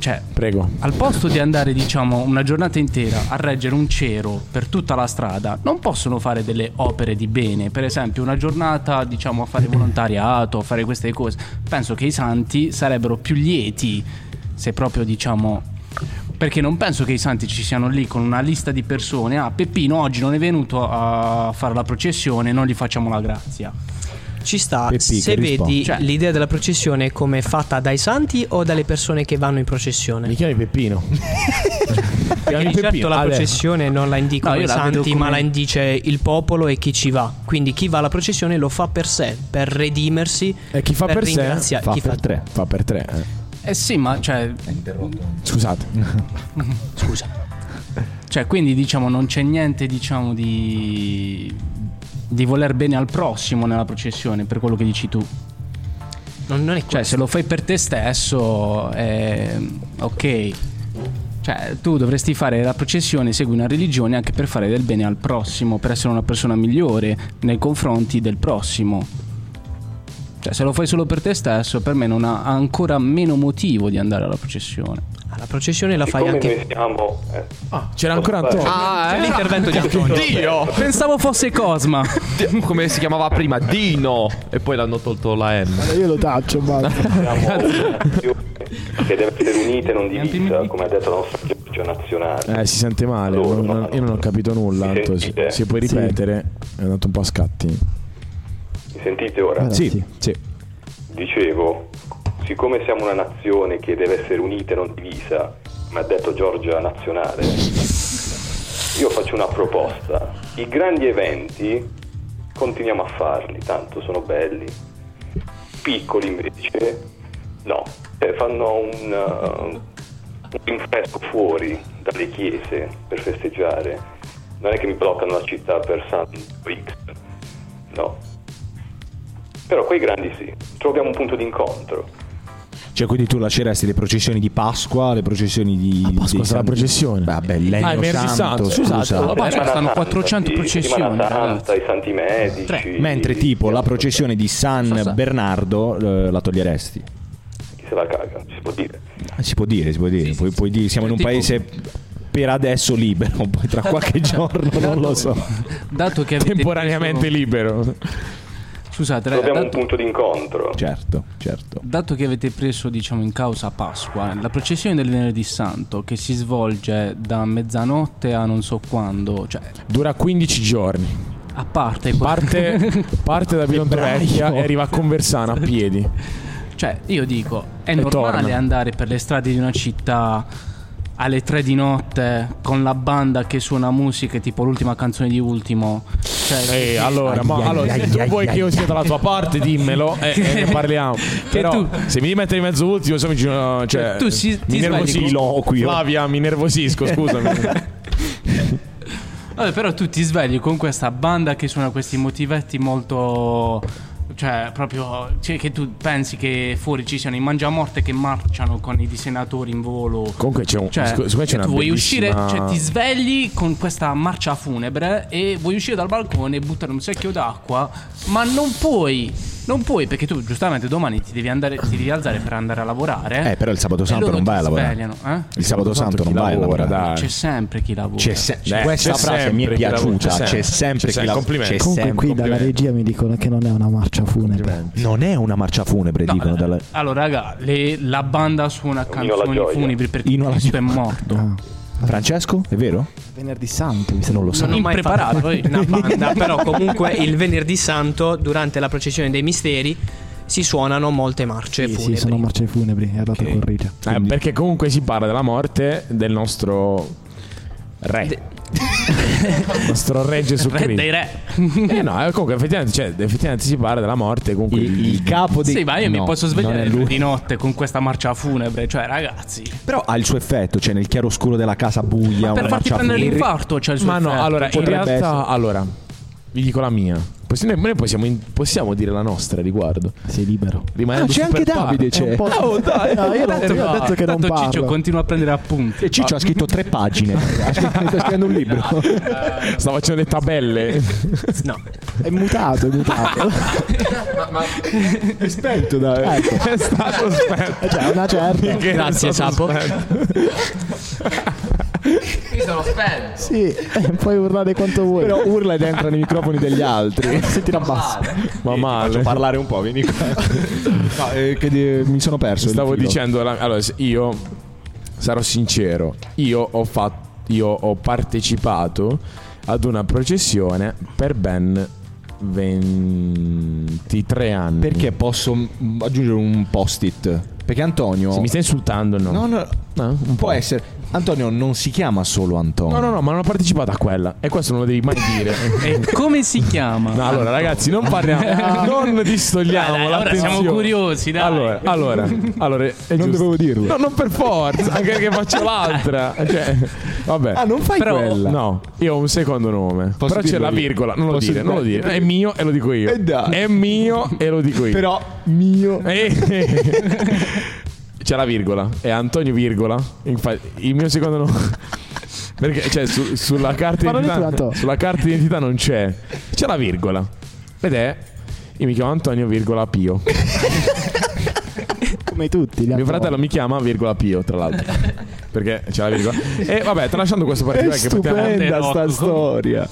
Speaker 7: Cioè,
Speaker 1: Prego.
Speaker 7: Al posto di andare, diciamo, una giornata intera a reggere un cero per tutta la strada, non possono fare delle opere di bene. Per esempio, una giornata, diciamo, a fare volontariato, a fare queste cose. Penso che i santi sarebbero più lieti se proprio, diciamo. Perché non penso che i santi ci siano lì con una lista di persone. Ah, Peppino oggi non è venuto a fare la processione, non gli facciamo la grazia.
Speaker 6: Ci sta,
Speaker 1: Peppi,
Speaker 6: se
Speaker 1: che rispondi.
Speaker 6: vedi
Speaker 7: Cioè-
Speaker 6: l'idea della processione come fatta dai santi o dalle persone che vanno in
Speaker 1: Mi
Speaker 6: processione?
Speaker 1: chiami Peppino.
Speaker 6: Perché di certo la processione non la indicano
Speaker 7: No, io
Speaker 6: i
Speaker 7: la vedo
Speaker 6: santi,
Speaker 7: come-
Speaker 6: ma la indice il popolo e chi ci va. Quindi chi va alla processione lo fa per sé, per redimersi,
Speaker 1: E Eh, chi fa per, sé
Speaker 6: ringraziare.
Speaker 1: fa
Speaker 6: chi
Speaker 1: per
Speaker 6: fa-
Speaker 1: tre. Fa per tre. eh.
Speaker 7: Eh sì, ma cioè,
Speaker 1: Scusate.
Speaker 6: Scusa.
Speaker 7: cioè, quindi diciamo non c'è niente diciamo di di voler bene al prossimo nella processione, per quello che dici tu.
Speaker 6: Non, non è
Speaker 7: Cioè,
Speaker 6: questo.
Speaker 7: se lo fai per te stesso, è ok. Cioè, tu dovresti fare la processione, segui una religione anche per fare del bene al prossimo, per essere una persona migliore nei confronti del prossimo. Cioè, se lo fai solo per te stesso, per me non ha ha ancora meno motivo di andare alla processione.
Speaker 6: Alla processione la fai
Speaker 8: Siccome
Speaker 6: anche.
Speaker 8: noi siamo... eh,
Speaker 1: C'era ancora Antonio.
Speaker 4: Ah, eh?
Speaker 6: L'intervento di Antonio.
Speaker 4: Dio!
Speaker 7: Pensavo fosse Cosma.
Speaker 4: Di- Come si chiamava prima? Dino! E poi l'hanno tolto la M.
Speaker 2: Io lo taccio, basta.
Speaker 8: siamo una nazione che deve essere unita e non divisa, come ha detto la nostra Giorgia nazionale.
Speaker 1: Eh, si sente male.
Speaker 8: Loro,
Speaker 1: non-
Speaker 8: no,
Speaker 1: non- io non ho capito nulla.
Speaker 8: Mi
Speaker 1: Anto, se,
Speaker 8: sentite?
Speaker 1: se puoi
Speaker 2: Sì.
Speaker 1: ripetere, è andato un po' a scatti.
Speaker 8: Mi sentite ora?
Speaker 1: Sì, sì.
Speaker 8: Dicevo, siccome siamo una nazione che deve essere unita e non divisa, come ha detto Giorgia Nazionale, io faccio una proposta. I grandi eventi continuiamo a farli, tanto sono belli. Piccoli invece, no, Eh, fanno un, uh, un rinfresco fuori dalle chiese per festeggiare. Non è che mi bloccano la città per Santo X, no, però quei grandi sì, troviamo un punto d'incontro.
Speaker 3: Cioè, quindi tu lasceresti le processioni di Pasqua, le processioni di.
Speaker 1: Ah, Pasqua sarà
Speaker 3: dei santi-
Speaker 1: processione.
Speaker 3: Vabbè, Legno
Speaker 1: Ah, è venerdì
Speaker 3: Santo,
Speaker 1: santo, esatto. scusate,
Speaker 3: scusa.
Speaker 1: allora-
Speaker 7: Vabbè,
Speaker 8: Settimana
Speaker 7: stanno
Speaker 8: Santa,
Speaker 7: 400
Speaker 8: sì,
Speaker 7: processioni.
Speaker 8: Settimana Santa,
Speaker 7: ragazzi.
Speaker 8: i Santi Medici.
Speaker 3: Mentre tipo la processione di
Speaker 7: Sa-
Speaker 3: San
Speaker 7: sa-
Speaker 3: Bernardo eh, la toglieresti.
Speaker 8: Chi se la caga, si può dire.
Speaker 3: Eh, Si può dire, si può dire. Puoi- puoi dire, siamo in un
Speaker 7: Cioè, Tipo-
Speaker 3: paese per adesso libero, poi tra qualche giorno non lo so.
Speaker 7: Dato che avete
Speaker 1: Temporaneamente
Speaker 7: deciso-
Speaker 1: libero.
Speaker 7: Scusate, ragazzi,
Speaker 8: Troviamo un
Speaker 7: dato-
Speaker 8: punto d'incontro.
Speaker 3: Certo, certo.
Speaker 7: Dato che avete preso diciamo in causa Pasqua, la processione del venerdì santo che si svolge da mezzanotte a non so quando, cioè
Speaker 1: Dura 15 giorni.
Speaker 7: a parte que-
Speaker 1: Parte, parte da Vecchia e arriva a Conversana a piedi.
Speaker 7: cioè io dico, è
Speaker 1: E
Speaker 7: normale
Speaker 1: torna.
Speaker 7: andare per le strade di una città alle tre di notte con la banda che suona musica tipo l'ultima canzone di Ultimo. Cioè,
Speaker 1: Ehi, Eh, allora, ma, allora se tu vuoi che io sia dalla tua parte, dimmelo e, e ne parliamo. Però
Speaker 7: tu-
Speaker 1: se mi metti in mezzo ultimo, insomma, ci- no, cioè,
Speaker 7: Cioè, tu si- ti
Speaker 1: mi
Speaker 7: svegli con-
Speaker 1: nervosisco. Flavia, mi nervosisco, scusami.
Speaker 7: Vabbè, però tu ti svegli con questa banda che suona questi motivetti molto. Cioè, proprio. Cioè, che tu pensi che fuori ci siano i mangiamorte che marciano con i dissenatori in volo.
Speaker 1: Comunque c'è un...
Speaker 7: Cioè,
Speaker 1: secondo me c'è
Speaker 7: e
Speaker 1: una
Speaker 7: tu vuoi uscire,
Speaker 1: bellissima-
Speaker 7: cioè, ti svegli con questa marcia funebre e vuoi uscire dal balcone e buttare un secchio d'acqua, ma non puoi, non puoi perché tu giustamente domani ti devi, andare, ti devi alzare per andare a lavorare.
Speaker 3: Eh, però il sabato
Speaker 7: E
Speaker 3: santo
Speaker 7: loro
Speaker 3: non
Speaker 7: ti
Speaker 3: vai a lavorare.
Speaker 7: svegliano, eh?
Speaker 3: Il sabato santo
Speaker 1: chi
Speaker 3: non vai a
Speaker 1: lavora,
Speaker 3: lavorare.
Speaker 1: dai.
Speaker 7: C'è sempre chi lavora.
Speaker 3: C'è se- cioè,
Speaker 1: Beh,
Speaker 3: questa
Speaker 1: c'è
Speaker 3: frase mi è
Speaker 1: sempre chi lavora,
Speaker 3: piaciuta.
Speaker 1: c'è sempre.
Speaker 3: C'è, sempre
Speaker 1: C'è
Speaker 3: chi la-
Speaker 1: complimenti.
Speaker 3: c'è
Speaker 2: Comunque,
Speaker 3: sempre-
Speaker 2: qui dalla regia mi dicono che non è una marcia funebre.
Speaker 3: Non è una marcia funebre,
Speaker 7: No,
Speaker 3: dicono.
Speaker 7: eh,
Speaker 3: dalla-
Speaker 7: Allora, raga, le- la banda suona
Speaker 8: Ognuno alla
Speaker 7: canzoni
Speaker 8: gioia.
Speaker 7: funebri perché
Speaker 3: Ognuno alla
Speaker 7: Cristo è
Speaker 3: gioia.
Speaker 7: morto.
Speaker 2: Ah,
Speaker 3: Francesco, è vero?
Speaker 2: venerdì santo, mi sa.
Speaker 3: Non lo so.
Speaker 6: Non ho mai
Speaker 7: Impreparato,
Speaker 6: fatto
Speaker 7: eh.
Speaker 6: una banda, però comunque il venerdì santo, durante la processione dei misteri, si suonano molte marce
Speaker 2: Sì,
Speaker 6: funebri.
Speaker 2: sì, sono marce funebri, è andato con Rigia.
Speaker 1: Eh, perché comunque si parla della morte del nostro re. Il nostro re Gesù
Speaker 7: Re dei
Speaker 1: Cristo.
Speaker 7: re.
Speaker 1: Eh no, eh, comunque effettivamente, cioè, effettivamente si parla della morte. Comunque
Speaker 3: Il, il capo dei...
Speaker 7: Sì, ma io mi
Speaker 3: No,
Speaker 7: posso
Speaker 3: non
Speaker 7: svegliare
Speaker 3: è lui.
Speaker 7: di notte con questa marcia funebre, cioè ragazzi.
Speaker 3: Però ha il suo effetto, cioè nel chiaroscuro della casa buia.
Speaker 7: per
Speaker 3: una
Speaker 7: farti
Speaker 3: marcia
Speaker 7: prendere
Speaker 3: funebre.
Speaker 7: l'infarto, cioè il suo
Speaker 1: Ma no,
Speaker 7: effetto,
Speaker 1: allora, in
Speaker 7: cioè,
Speaker 1: realtà,
Speaker 3: potrebbe essere.
Speaker 1: allora, vi dico la mia. Possiamo- Noi possiamo, in- possiamo dire la nostra a riguardo.
Speaker 2: Sei libero.
Speaker 1: Rimanendo
Speaker 3: Ah, c'è anche
Speaker 1: super
Speaker 3: Davide,
Speaker 1: pari.
Speaker 3: c'è.
Speaker 1: Eh,
Speaker 2: Oh, dai, no, io l'ho- io ho detto che non
Speaker 7: tanto Ciccio
Speaker 2: parlo.
Speaker 7: continua a prendere appunti.
Speaker 3: E Ciccio ha scritto tre pagine. ha scritto, sta scrivendo un libro.
Speaker 1: Sta facendo le tabelle.
Speaker 6: No,
Speaker 2: È mutato, è mutato.
Speaker 3: È spento, dai.
Speaker 2: Ecco,
Speaker 1: È stato spento.
Speaker 2: cioè, una certa.
Speaker 1: Che
Speaker 6: Grazie,
Speaker 1: è stato
Speaker 6: Sapo.
Speaker 1: spento.
Speaker 2: Sì, eh, puoi urlare quanto vuoi.
Speaker 3: Però urla ed entra nei microfoni degli altri.
Speaker 2: senti la bassa.
Speaker 1: Ma male.
Speaker 3: parlare un po', vieni qua. No, eh, che di- mi sono perso. il
Speaker 1: Stavo
Speaker 3: filo.
Speaker 1: dicendo, la- allora, se- io sarò sincero, io ho, fatto, io ho partecipato ad una processione per ben 23 anni.
Speaker 3: Perché posso mm, aggiungere un post-it? Perché Antonio...
Speaker 1: Se mi stai insultando, no.
Speaker 3: No, no,
Speaker 1: No, un
Speaker 3: può
Speaker 1: po'.
Speaker 3: essere... Antonio non si chiama solo
Speaker 1: No,
Speaker 3: Antonio.
Speaker 1: no, no, ma non ho partecipato a quella. E questo non lo devi mai dire.
Speaker 7: E come si chiama?
Speaker 1: No, allora ragazzi, non parliamo, non distogliamo.
Speaker 7: Dai, dai, allora siamo
Speaker 1: l'attenzione.
Speaker 7: curiosi, dai.
Speaker 1: Allora, allora, allora è giusto.
Speaker 3: dovevo dirlo.
Speaker 1: No, non per forza, anche che faccio l'altra. Cioè, vabbè.
Speaker 3: Ah, non fai
Speaker 7: Però-
Speaker 3: quella.
Speaker 1: No, io ho un secondo nome.
Speaker 3: Posso
Speaker 1: però c'è
Speaker 3: dirlo
Speaker 1: la
Speaker 3: io?
Speaker 1: virgola, non lo
Speaker 3: Posso
Speaker 1: dire, non lo
Speaker 3: dirlo?
Speaker 1: dire. È mio e lo dico io.
Speaker 3: Eh, dai.
Speaker 1: È mio e lo dico io.
Speaker 3: Però mio...
Speaker 1: Eh. C'è la virgola, è Antonio virgola. Infatti, il mio secondo nome. Perché cioè, su- sulla, carta
Speaker 2: Parla di tu,
Speaker 1: d'identità,
Speaker 2: Anto.
Speaker 1: sulla carta d'identità non c'è. C'è la virgola. Ed è. Io mi chiamo Antonio virgola Pio.
Speaker 2: Come tutti. gli
Speaker 1: Mio
Speaker 2: altri
Speaker 1: fratello mi chiama virgola Pio, tra l'altro. Perché c'è la virgola. E vabbè, tralasciando questo
Speaker 3: È
Speaker 1: particolare che potevamo,
Speaker 3: stupenda sta storia.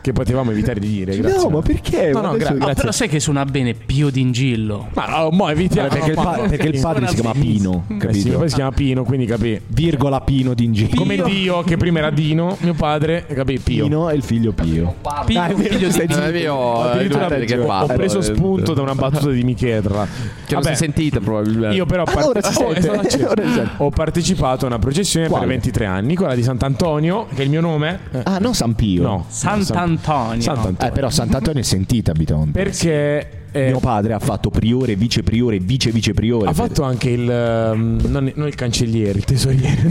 Speaker 1: che potevamo evitare di dire. Grazie.
Speaker 3: No, ma perché?
Speaker 1: No, no,
Speaker 3: Adesso-
Speaker 1: gra-
Speaker 7: Ah,
Speaker 1: grazie.
Speaker 7: però sai che suona bene Pio d'Ingillo.
Speaker 1: Ma no, mo evitiamo.
Speaker 3: perché, il pa- perché il padre si chiama Pino,
Speaker 1: Eh sì, mio
Speaker 3: capito?
Speaker 1: padre si chiama Pino, quindi capì.
Speaker 3: Virgola Pino d'Ingillo.
Speaker 1: Come Dio, che prima era Dino, mio padre, capì? Pio.
Speaker 3: Pino e il figlio Pio.
Speaker 7: Pio,
Speaker 2: Dai, è vero,
Speaker 7: figlio
Speaker 2: stai
Speaker 7: di...
Speaker 2: zitto.
Speaker 4: Eh, io ho-
Speaker 1: Addirittura
Speaker 4: eh, che
Speaker 1: ho- ho
Speaker 4: parlo,
Speaker 1: preso
Speaker 4: eh,
Speaker 1: spunto da una battuta di Michietra.
Speaker 4: Che non si è sentita probabilmente.
Speaker 1: Io però par-
Speaker 3: Ora si
Speaker 1: Oh,
Speaker 3: sente.
Speaker 1: è stato acceso.
Speaker 3: Ora si sente.
Speaker 1: ho partecipato a una processione
Speaker 3: Quale?
Speaker 1: per 23 anni, quella di Sant'Antonio, che è il mio nome. Eh,
Speaker 3: Ah, no, San Pio.
Speaker 1: no,
Speaker 7: Sant'Antonio.
Speaker 1: Sant'Antonio.
Speaker 3: Eh, però Sant'Antonio è sentita Biton.
Speaker 1: Perché eh,
Speaker 3: Mio padre ha fatto priore, vice priore, vice vice priore.
Speaker 1: ha fatto anche il ehm, non, non il cancelliere, il tesoriere.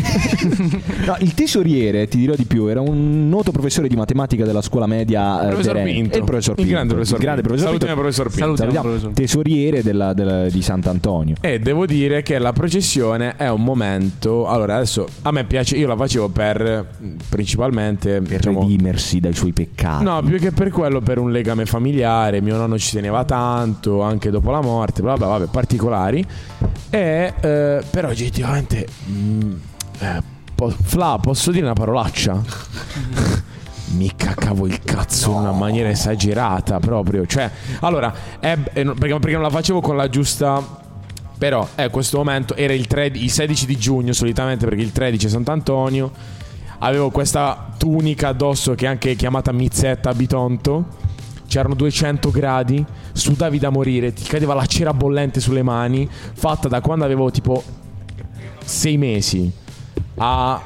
Speaker 3: No, il tesoriere, ti dirò di più, era un noto professore di matematica della scuola media. eh,
Speaker 1: Professor
Speaker 3: Tereni.
Speaker 1: Pinto.
Speaker 3: E il professor
Speaker 1: Il
Speaker 3: Pinto.
Speaker 1: grande professor
Speaker 3: Il grande
Speaker 1: Pinto.
Speaker 3: professor
Speaker 1: Salutiamo
Speaker 3: Pinto.
Speaker 1: il professor Pinto.
Speaker 7: Salutiamo,
Speaker 3: Salutiamo.
Speaker 7: professor.
Speaker 3: Tesoriere della- della- di Sant'Antonio.
Speaker 1: E devo dire che la processione è un momento. Allora, adesso a me piace, io la facevo per eh, principalmente
Speaker 3: Per
Speaker 1: diciamo,
Speaker 3: redimersi Cioè, dai suoi peccati.
Speaker 1: No, più che per quello, per un legame familiare. Mio nonno ci teneva tanto, anche dopo la morte, vabbè, vabbè, particolari. E, eh, però, oggettivamente, mm, eh, po- Fla, posso dire una parolaccia? Mica cavo il cazzo in una maniera esagerata proprio. Cioè, allora, è- eh, no, perché, perché non la facevo con la giusta. Però, è questo momento, era il, tre- il 16 di giugno solitamente, perché il 13 è Sant'Antonio. Avevo questa tunica addosso che è anche chiamata mizzetta bitonto. C'erano 200 gradi, sudavi da morire, ti cadeva la cera bollente sulle mani, fatta da quando avevo tipo 6 mesi a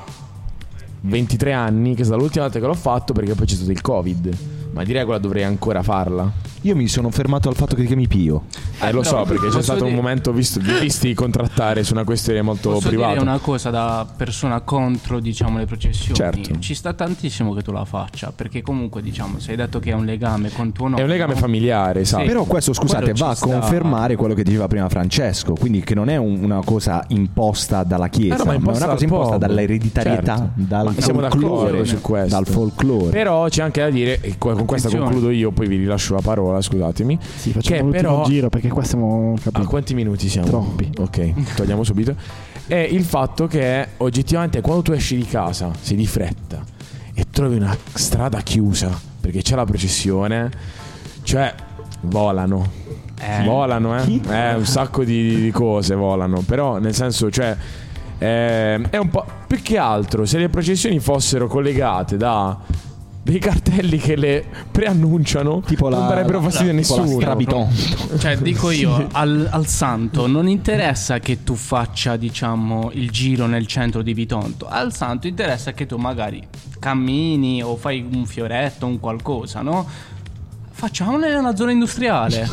Speaker 1: 23 anni, che è stata l'ultima volta che l'ho fatto perché poi c'è stato il Covid. Ma di regola dovrei ancora farla.
Speaker 3: Io mi sono fermato al fatto che ti chiami Pio.
Speaker 1: Eh, lo so, perché c'è
Speaker 7: posso
Speaker 1: stato un
Speaker 7: dire-
Speaker 1: momento visto, vi ho visti contrattare su una questione molto
Speaker 7: Posso
Speaker 1: privata.
Speaker 7: dire una cosa da persona contro diciamo le processioni
Speaker 1: Certo.
Speaker 7: Ci sta tantissimo che tu la faccia Perché comunque diciamo Se hai detto che è un legame con tuo
Speaker 1: È
Speaker 7: nonno
Speaker 1: un legame familiare, esatto.
Speaker 7: Sì.
Speaker 3: Però questo, scusate,
Speaker 7: Quello ci
Speaker 3: va a
Speaker 7: sta.
Speaker 3: confermare quello che diceva prima Francesco, quindi che non è un- una cosa imposta dalla Chiesa,
Speaker 1: Eh no, ma
Speaker 3: ma,
Speaker 1: imposta
Speaker 3: è una cosa
Speaker 1: dal
Speaker 3: imposta
Speaker 1: popolo.
Speaker 3: dall'ereditarietà,
Speaker 1: Certo.
Speaker 3: dal
Speaker 1: Ma siamo d'accordo
Speaker 3: folklore,
Speaker 1: su questo.
Speaker 3: dal folklore.
Speaker 1: Però c'è anche da dire, e qua- con questa
Speaker 7: Attenzione.
Speaker 1: concludo io, poi vi rilascio la parola, scusatemi.
Speaker 2: Sì, facciamo
Speaker 1: che
Speaker 2: l'ultimo
Speaker 1: però
Speaker 2: giro perché qua siamo
Speaker 1: A
Speaker 2: capito.
Speaker 1: quanti minuti siamo?
Speaker 2: Troppi.
Speaker 1: Ok, togliamo subito. È il fatto che oggettivamente quando tu esci di casa, sei di fretta e trovi una strada chiusa perché c'è la processione, cioè volano. Volano, eh. Eh, un sacco di, di cose volano, però nel senso, cioè eh, è un po' più che altro se le processioni fossero collegate da dei cartelli che le preannunciano
Speaker 3: tipo la
Speaker 1: non darebbero fastidio a
Speaker 3: tipo Ecco, la
Speaker 1: nessuno.
Speaker 3: Strabiton.
Speaker 7: Cioè dico io al, al santo Non interessa che tu faccia diciamo Il giro nel centro di Vitonto Al santo interessa che tu magari Cammini o fai un fioretto Un qualcosa no? Facciamone una zona industriale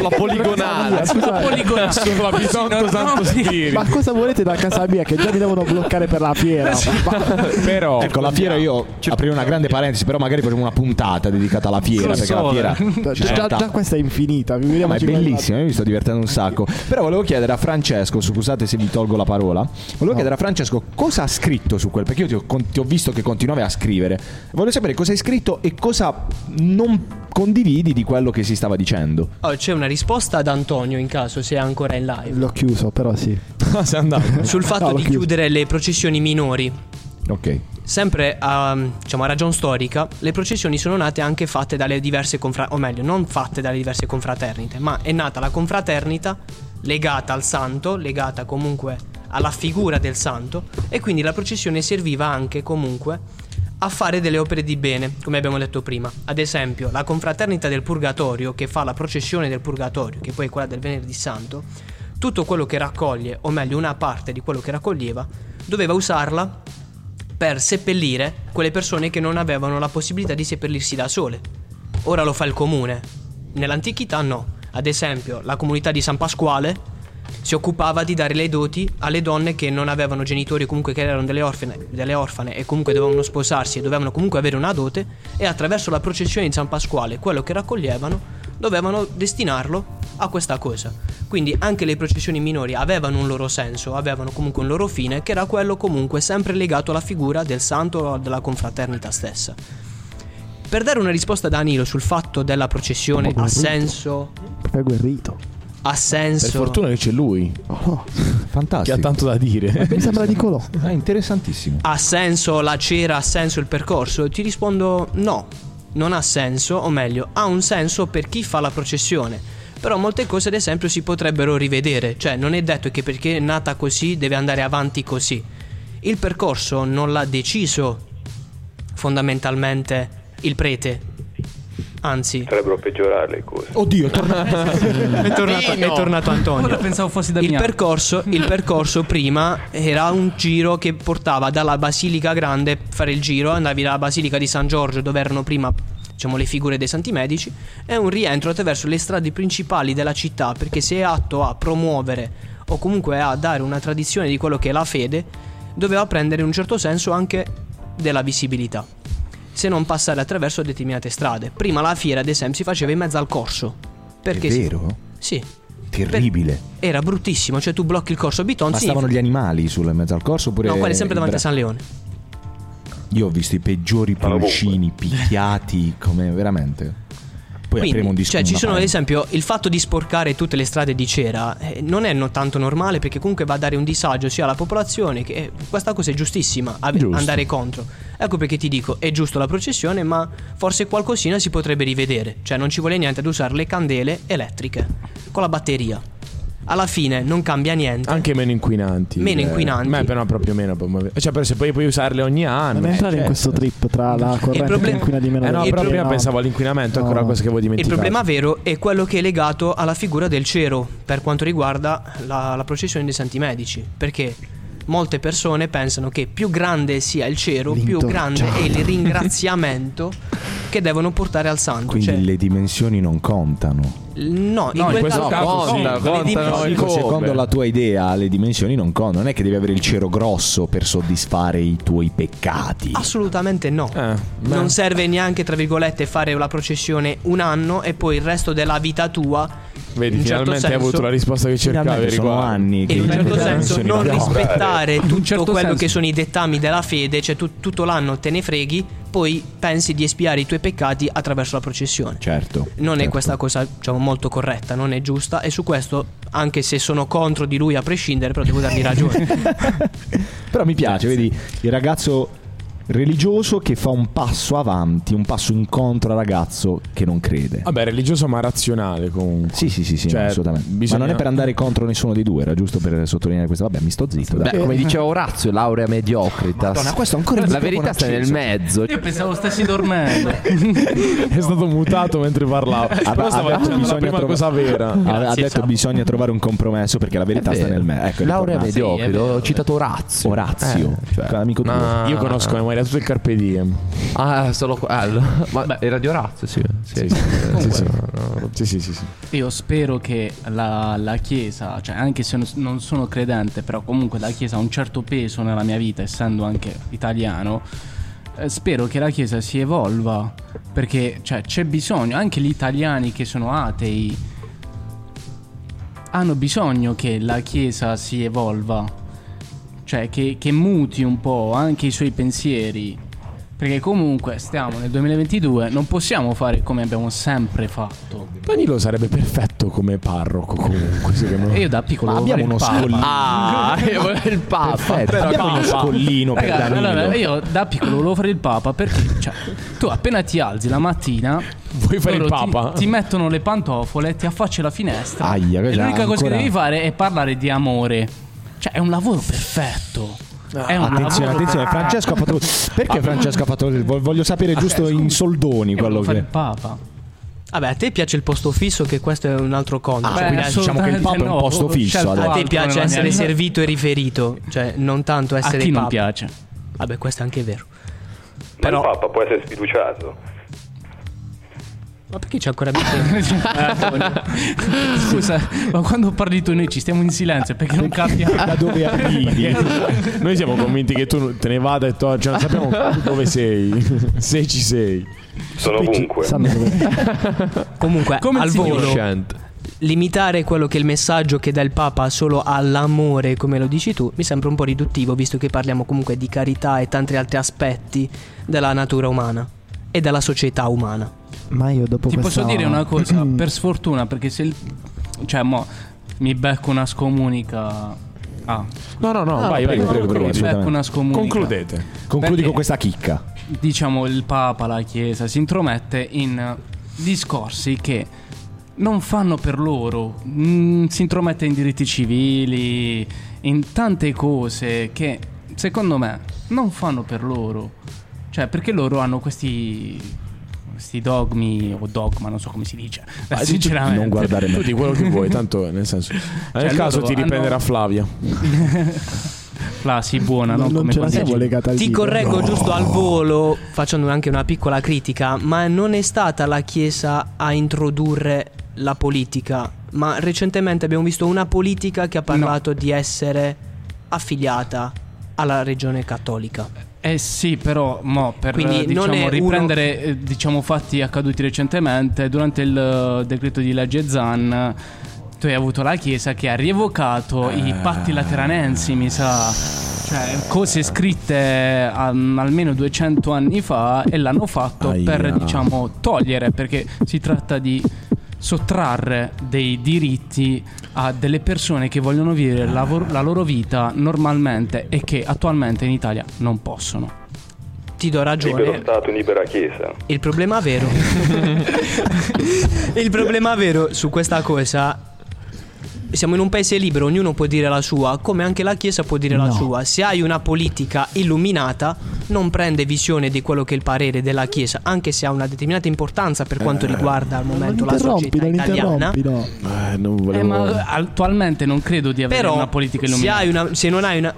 Speaker 4: la poligonale.
Speaker 7: Una poligonale
Speaker 1: Sulla Bitonto Santo Spirito.
Speaker 2: Ma cosa volete da casa mia che già mi devono bloccare per la fiera? Ma-
Speaker 1: Però
Speaker 3: Ecco, la fiera io aprirei una grande parentesi, però magari facciamo una puntata dedicata alla fiera,
Speaker 7: Solo
Speaker 3: perché la
Speaker 7: sole.
Speaker 3: fiera
Speaker 2: già,
Speaker 3: Cioè,
Speaker 2: già-
Speaker 1: Certo.
Speaker 3: ta-
Speaker 2: già questa è infinita. vi vediamo
Speaker 3: Ma è
Speaker 2: ci-
Speaker 3: bellissimo, io mi sto divertendo un sacco. Però volevo chiedere a Francesco, scusate se vi tolgo la parola, volevo chiedere a Francesco cosa ha scritto su quel, perché io ti ho, con- ti ho visto che continuavi a scrivere. Volevo sapere cosa hai scritto e cosa non condividi di quello che si stava dicendo.
Speaker 6: Oh, c'è una risposta ad Antonio in caso se è ancora in live.
Speaker 2: L'ho chiuso, però sì.
Speaker 1: Ah, sei andato.
Speaker 6: Sul fatto
Speaker 2: No, l'ho
Speaker 6: di
Speaker 2: chiuso.
Speaker 6: chiudere le processioni minori.
Speaker 3: Ok.
Speaker 6: Sempre a, diciamo, a ragion storica, le processioni sono nate anche fatte dalle diverse confraternite, o meglio, non fatte dalle diverse confraternite, ma è nata la confraternita legata al santo, legata comunque alla figura del santo, e quindi la processione serviva anche comunque a fare delle opere di bene, come abbiamo detto prima. Ad esempio, la confraternita del Purgatorio, che fa la processione del Purgatorio, che poi è quella del Venerdì Santo, tutto quello che raccoglie, o meglio una parte di quello che raccoglieva, doveva usarla per seppellire quelle persone che non avevano la possibilità di seppellirsi da sole. Ora lo fa il comune. Nell'antichità no. Ad esempio, la comunità di San Pasquale si occupava di dare le doti alle donne che non avevano genitori o comunque che erano delle orfane, delle orfane e comunque dovevano sposarsi e dovevano comunque avere una dote e attraverso la processione di San Pasquale quello che raccoglievano dovevano destinarlo a questa cosa. Quindi anche le processioni minori avevano un loro senso, avevano comunque un loro fine che era quello comunque sempre legato alla figura del santo o della confraternita stessa. Per dare una risposta a Danilo sul fatto della processione
Speaker 2: Proprio
Speaker 6: ha
Speaker 2: brutto.
Speaker 6: senso,
Speaker 2: Proprio guerrito.
Speaker 6: ha senso...
Speaker 1: Per fortuna che c'è lui,
Speaker 2: Oh,
Speaker 1: che ha
Speaker 3: Fantastico.
Speaker 1: tanto da
Speaker 3: Eh,
Speaker 1: dire.
Speaker 2: mi sembra di Colò.
Speaker 3: Ah, interessantissimo.
Speaker 6: ha senso la cera, ha senso il percorso? Ti rispondo no, non ha senso, o meglio, ha un senso per chi fa la processione. Però molte cose, ad esempio, si potrebbero rivedere, cioè non è detto che perché è nata così deve andare avanti così. Il percorso non l'ha deciso fondamentalmente il prete, anzi
Speaker 8: Potrebbero peggiorare le cose.
Speaker 1: Oddio, è tornato.
Speaker 6: è tornato, è tornato Antonio.
Speaker 7: Ora pensavo fossi
Speaker 6: Il
Speaker 7: Damiano.
Speaker 6: percorso, il percorso prima era un giro che portava dalla Basilica Grande, fare il giro, andavi dalla Basilica di San Giorgio dove erano prima diciamo, le figure dei Santi Medici e un rientro attraverso le strade principali della città perché se è atto a promuovere o comunque a dare una tradizione di quello che è la fede doveva prendere in un certo senso anche della visibilità se non passare attraverso determinate strade. Prima la fiera ad esempio si faceva in mezzo al corso perché
Speaker 3: È
Speaker 6: si-
Speaker 3: vero?
Speaker 6: Sì.
Speaker 3: Terribile.
Speaker 6: Era bruttissimo, cioè tu blocchi il corso Bitonzi.
Speaker 3: Bastavano gli animali sul mezzo al corso oppure...
Speaker 6: No, quello è sempre davanti a
Speaker 3: Bra-
Speaker 6: San Leone.
Speaker 3: Io ho visto i peggiori
Speaker 8: Fanno
Speaker 3: pulcini picchiati, come veramente. Poi apriamo un
Speaker 6: Quindi,
Speaker 3: disco.
Speaker 6: cioè, ci
Speaker 3: una
Speaker 6: sono ad
Speaker 3: pagina.
Speaker 6: esempio il fatto di sporcare tutte le strade di cera eh, non è no- tanto normale perché comunque va a dare un disagio sia alla popolazione che eh, questa cosa è giustissima a-
Speaker 1: Giusto.
Speaker 6: andare contro. Ecco perché ti dico è giusto la processione, ma forse qualcosina si potrebbe rivedere, cioè non ci vuole niente ad usare le candele elettriche con la batteria. Alla fine non cambia niente.
Speaker 1: Anche meno inquinanti.
Speaker 6: Meno
Speaker 1: eh.
Speaker 6: inquinanti.
Speaker 1: Ma però proprio meno. Cioè, però se poi puoi usarle ogni anno.
Speaker 2: Non entrare
Speaker 1: cioè,
Speaker 2: in questo trip tra la corrente
Speaker 6: problem-
Speaker 2: che inquina di meno.
Speaker 1: Eh no,
Speaker 2: del-
Speaker 1: però
Speaker 6: il
Speaker 1: prima
Speaker 2: no.
Speaker 1: pensavo all'inquinamento, ecco
Speaker 2: No.
Speaker 1: una cosa che avevo
Speaker 6: Il
Speaker 1: dimenticato.
Speaker 6: problema vero è quello che è legato alla figura del cero per quanto riguarda la, la processione dei santi medici, perché molte persone pensano che più grande sia il cero, più grande è il ringraziamento che devono portare al santo.
Speaker 3: Quindi
Speaker 6: cioè,
Speaker 3: le dimensioni non contano.
Speaker 6: l- no, in
Speaker 7: in
Speaker 6: quel
Speaker 7: questo
Speaker 6: caso,
Speaker 7: caso sì.
Speaker 6: le dimensioni-
Speaker 1: il
Speaker 3: Dico,
Speaker 1: come.
Speaker 3: secondo la tua idea, le dimensioni non contano. Non è che devi avere il cero grosso per soddisfare i tuoi peccati.
Speaker 6: assolutamente no.
Speaker 1: Eh, ma-
Speaker 6: Non serve neanche, tra virgolette, fare la processione un anno e poi il resto della vita tua.
Speaker 1: Vedi,
Speaker 6: in un certo
Speaker 1: finalmente hai
Speaker 6: senso-
Speaker 1: avuto la risposta che cercavi
Speaker 3: Finalmente sono
Speaker 1: riguardo.
Speaker 3: anni che
Speaker 6: E in un
Speaker 3: le
Speaker 6: certo
Speaker 3: dimensioni
Speaker 6: senso non
Speaker 3: cambiano.
Speaker 6: rispettare tutto
Speaker 7: certo
Speaker 6: quello
Speaker 7: senso.
Speaker 6: che sono i dettami della fede, cioè tu tutto l'anno te ne freghi, poi pensi di espiare i tuoi peccati attraverso la processione.
Speaker 3: Certo.
Speaker 6: non è
Speaker 3: certo.
Speaker 6: questa cosa diciamo, molto corretta, non è giusta e su questo, anche se sono contro di lui a prescindere, però devo dargli ragione.
Speaker 3: Però mi piace, vedi, il ragazzo religioso che fa un passo avanti, un passo incontro al ragazzo che non crede.
Speaker 1: Vabbè, religioso ma razionale comunque.
Speaker 3: Sì, sì, sì, sì,
Speaker 1: Cioè,
Speaker 3: no, assolutamente.
Speaker 1: bisogna-
Speaker 3: Ma non è per andare contro nessuno dei due, era giusto per sottolineare questo. Vabbè, mi sto zitto. Dai.
Speaker 4: Beh, come diceva Orazio, laurea mediocrita.
Speaker 3: Eh. Madonna, questo ancora il
Speaker 4: La
Speaker 3: microfono
Speaker 4: verità sta nel
Speaker 3: acceso.
Speaker 4: mezzo.
Speaker 7: Io pensavo stessi dormendo.
Speaker 1: È stato mutato mentre parlavo. Però stavo dicendo Cioè,
Speaker 3: adesso
Speaker 1: la
Speaker 3: bisogna
Speaker 1: prima
Speaker 3: trovare-
Speaker 1: cosa vera.
Speaker 3: Ha, ha
Speaker 6: Grazie,
Speaker 3: detto
Speaker 6: Sabo.
Speaker 3: bisogna trovare un compromesso perché la verità sta nel me. Ecco,
Speaker 4: laurea
Speaker 3: ritornato.
Speaker 7: Sì, è
Speaker 4: mediocrita,
Speaker 7: vero.
Speaker 4: ho citato Orazio.
Speaker 3: Orazio, cioè, amico tuo.
Speaker 1: Io conosco a memoria tutto il Carpe Diem.
Speaker 4: Ah, solo qua. ah, allora. Ma era di Orazio, sì.
Speaker 1: Sì,
Speaker 4: Sì,
Speaker 1: sì. Sì, sì, sì, sì.
Speaker 7: Io spero che la, la Chiesa, cioè anche se non- non sono credente, però comunque la Chiesa ha un certo peso nella mia vita, essendo anche italiano. eh, Spero che la Chiesa si evolva perché cioè, c'è bisogno, anche gli italiani che sono atei hanno bisogno che la Chiesa si evolva, cioè che, che muti un po' anche i suoi pensieri, perché comunque stiamo nel 2022, non possiamo fare come abbiamo sempre fatto.
Speaker 1: Danilo sarebbe perfetto come parroco comunque. secondo
Speaker 6: Eh,
Speaker 1: me.
Speaker 7: E io da piccolo
Speaker 3: Ma
Speaker 7: volevo
Speaker 3: abbiamo uno
Speaker 7: fare il Papa.
Speaker 3: scollino.
Speaker 4: Ah, il Papa.
Speaker 3: Perfetto, abbiamo uno scollino per
Speaker 7: Raga,
Speaker 3: Danilo.
Speaker 7: allora, io da piccolo volevo fare il papa perché cioè, tu appena ti alzi la mattina
Speaker 1: Vuoi fare il
Speaker 7: loro ti-
Speaker 1: papa?
Speaker 7: Ti, mettono le pantofole, ti affacci alla finestra
Speaker 3: Aia,
Speaker 7: e
Speaker 3: quella
Speaker 7: l'unica cosa che
Speaker 3: ancora-
Speaker 7: devi fare è parlare di amore. Cioè è un lavoro perfetto. È un
Speaker 3: Ah, Attenzione,
Speaker 7: lavoro.
Speaker 3: attenzione, Francesco ha fatto. Perché Francesco ha fatto. Vog- Voglio sapere giusto in soldoni
Speaker 7: Io
Speaker 3: quello
Speaker 7: volevo fare
Speaker 3: che.
Speaker 7: Eh, il Papa.
Speaker 6: Vabbè, a te piace il posto fisso, che questo è un altro conto.
Speaker 3: Ah,
Speaker 6: Cioè,
Speaker 3: quindi
Speaker 6: dai,
Speaker 3: diciamo che il Papa è un
Speaker 7: assolutamente
Speaker 3: posto
Speaker 7: no, Cioè,
Speaker 3: fisso
Speaker 7: scelto
Speaker 3: adesso.
Speaker 6: a te
Speaker 7: altro
Speaker 6: piace
Speaker 7: nella mia
Speaker 6: essere
Speaker 7: vita.
Speaker 6: servito e riferito, cioè non tanto
Speaker 7: A
Speaker 6: essere
Speaker 7: chi non
Speaker 6: papa.
Speaker 7: piace?
Speaker 6: Vabbè, questo è anche vero.
Speaker 8: Ma
Speaker 6: Però-
Speaker 8: il Papa può essere sfiduciato.
Speaker 6: Ma perché c'è ancora bisogno?
Speaker 7: Scusa, ma quando parli tu noi ci stiamo in silenzio perché non capiamo.
Speaker 3: Da dove arrivi?
Speaker 1: Noi siamo convinti che tu te ne vada e torni, cioè non sappiamo dove sei, se ci sei.
Speaker 8: Sono ovunque.
Speaker 2: Sanno dove-
Speaker 6: Comunque,
Speaker 7: Come
Speaker 6: al
Speaker 7: il signore.
Speaker 6: volo, limitare quello che è il messaggio che dà il Papa solo all'amore, come lo dici tu, mi sembra un po' riduttivo, visto che parliamo comunque di carità e tanti altri aspetti della natura umana e della società umana.
Speaker 2: Ma io dopo
Speaker 7: Ti
Speaker 2: questa
Speaker 7: posso dire una cosa, per sfortuna, perché se il... Cioè, mo, mi becco una scomunica... Ah,
Speaker 1: No, no, no, vai, vai,
Speaker 3: prego,
Speaker 1: prego,
Speaker 3: prego,
Speaker 1: prego,
Speaker 7: mi becco una scomunica.
Speaker 1: Concludete.
Speaker 3: Concludi
Speaker 7: Perché?
Speaker 3: con questa chicca.
Speaker 7: diciamo il Papa, la Chiesa si intromette in eh, discorsi che non fanno per loro, Mm, si intromette in diritti civili, in tante cose che secondo me non fanno per loro. Cioè, perché loro hanno questi questi dogmi o dogma, non so come si dice. Eh,
Speaker 1: Ah,
Speaker 7: sinceramente.
Speaker 3: Non guardare
Speaker 1: Tu
Speaker 3: me.
Speaker 1: di quello che vuoi, tanto nel senso. Nel
Speaker 7: loro
Speaker 1: caso ti
Speaker 7: hanno-
Speaker 1: riprenderà Flavia.
Speaker 7: La sì,
Speaker 1: Ah,
Speaker 7: buona,
Speaker 2: Non,
Speaker 7: non,
Speaker 2: non
Speaker 7: come
Speaker 2: ce la
Speaker 7: quando-
Speaker 2: siamo legata al
Speaker 6: Ti
Speaker 2: dito.
Speaker 6: correggo giusto al volo, facendo anche una piccola critica, ma non è stata la Chiesa a introdurre la politica, ma recentemente abbiamo visto una politica che ha parlato di essere affiliata alla religione cattolica.
Speaker 7: Eh sì, però mo, per
Speaker 6: Quindi
Speaker 7: eh,
Speaker 6: non è
Speaker 7: diciamo,
Speaker 6: uno-
Speaker 7: riprendere eh, diciamo, fatti accaduti recentemente, durante il eh, decreto di legge Zan, tu hai avuto la Chiesa che ha rievocato i patti lateranensi, mi sa. Cioè, cose scritte um, almeno 200 anni fa e l'hanno fatto
Speaker 1: Aia.
Speaker 7: per, diciamo, togliere, perché si tratta di sottrarre dei diritti a delle persone che vogliono vivere la, vor- la loro vita normalmente e che attualmente in Italia non possono.
Speaker 6: Ti do
Speaker 8: Libero
Speaker 6: ragione.
Speaker 8: Stato, libera Chiesa.
Speaker 6: Il problema vero. il problema vero su questa cosa. Siamo in un paese libero, ognuno può dire la sua, come anche la Chiesa può dire la
Speaker 2: No.
Speaker 6: sua. Se hai una politica illuminata, non prende visione di quello che è il parere della Chiesa, anche se ha una determinata importanza per quanto riguarda al
Speaker 2: Eh, Non
Speaker 6: momento la
Speaker 2: interrompi,
Speaker 6: società
Speaker 2: non
Speaker 6: italiana.
Speaker 2: interrompi, no.
Speaker 1: Eh, non
Speaker 7: Eh,
Speaker 1: volevo.
Speaker 7: ma attualmente non credo di avere
Speaker 6: Però,
Speaker 7: una politica
Speaker 6: se,
Speaker 7: illuminata.
Speaker 6: hai una- se non hai una.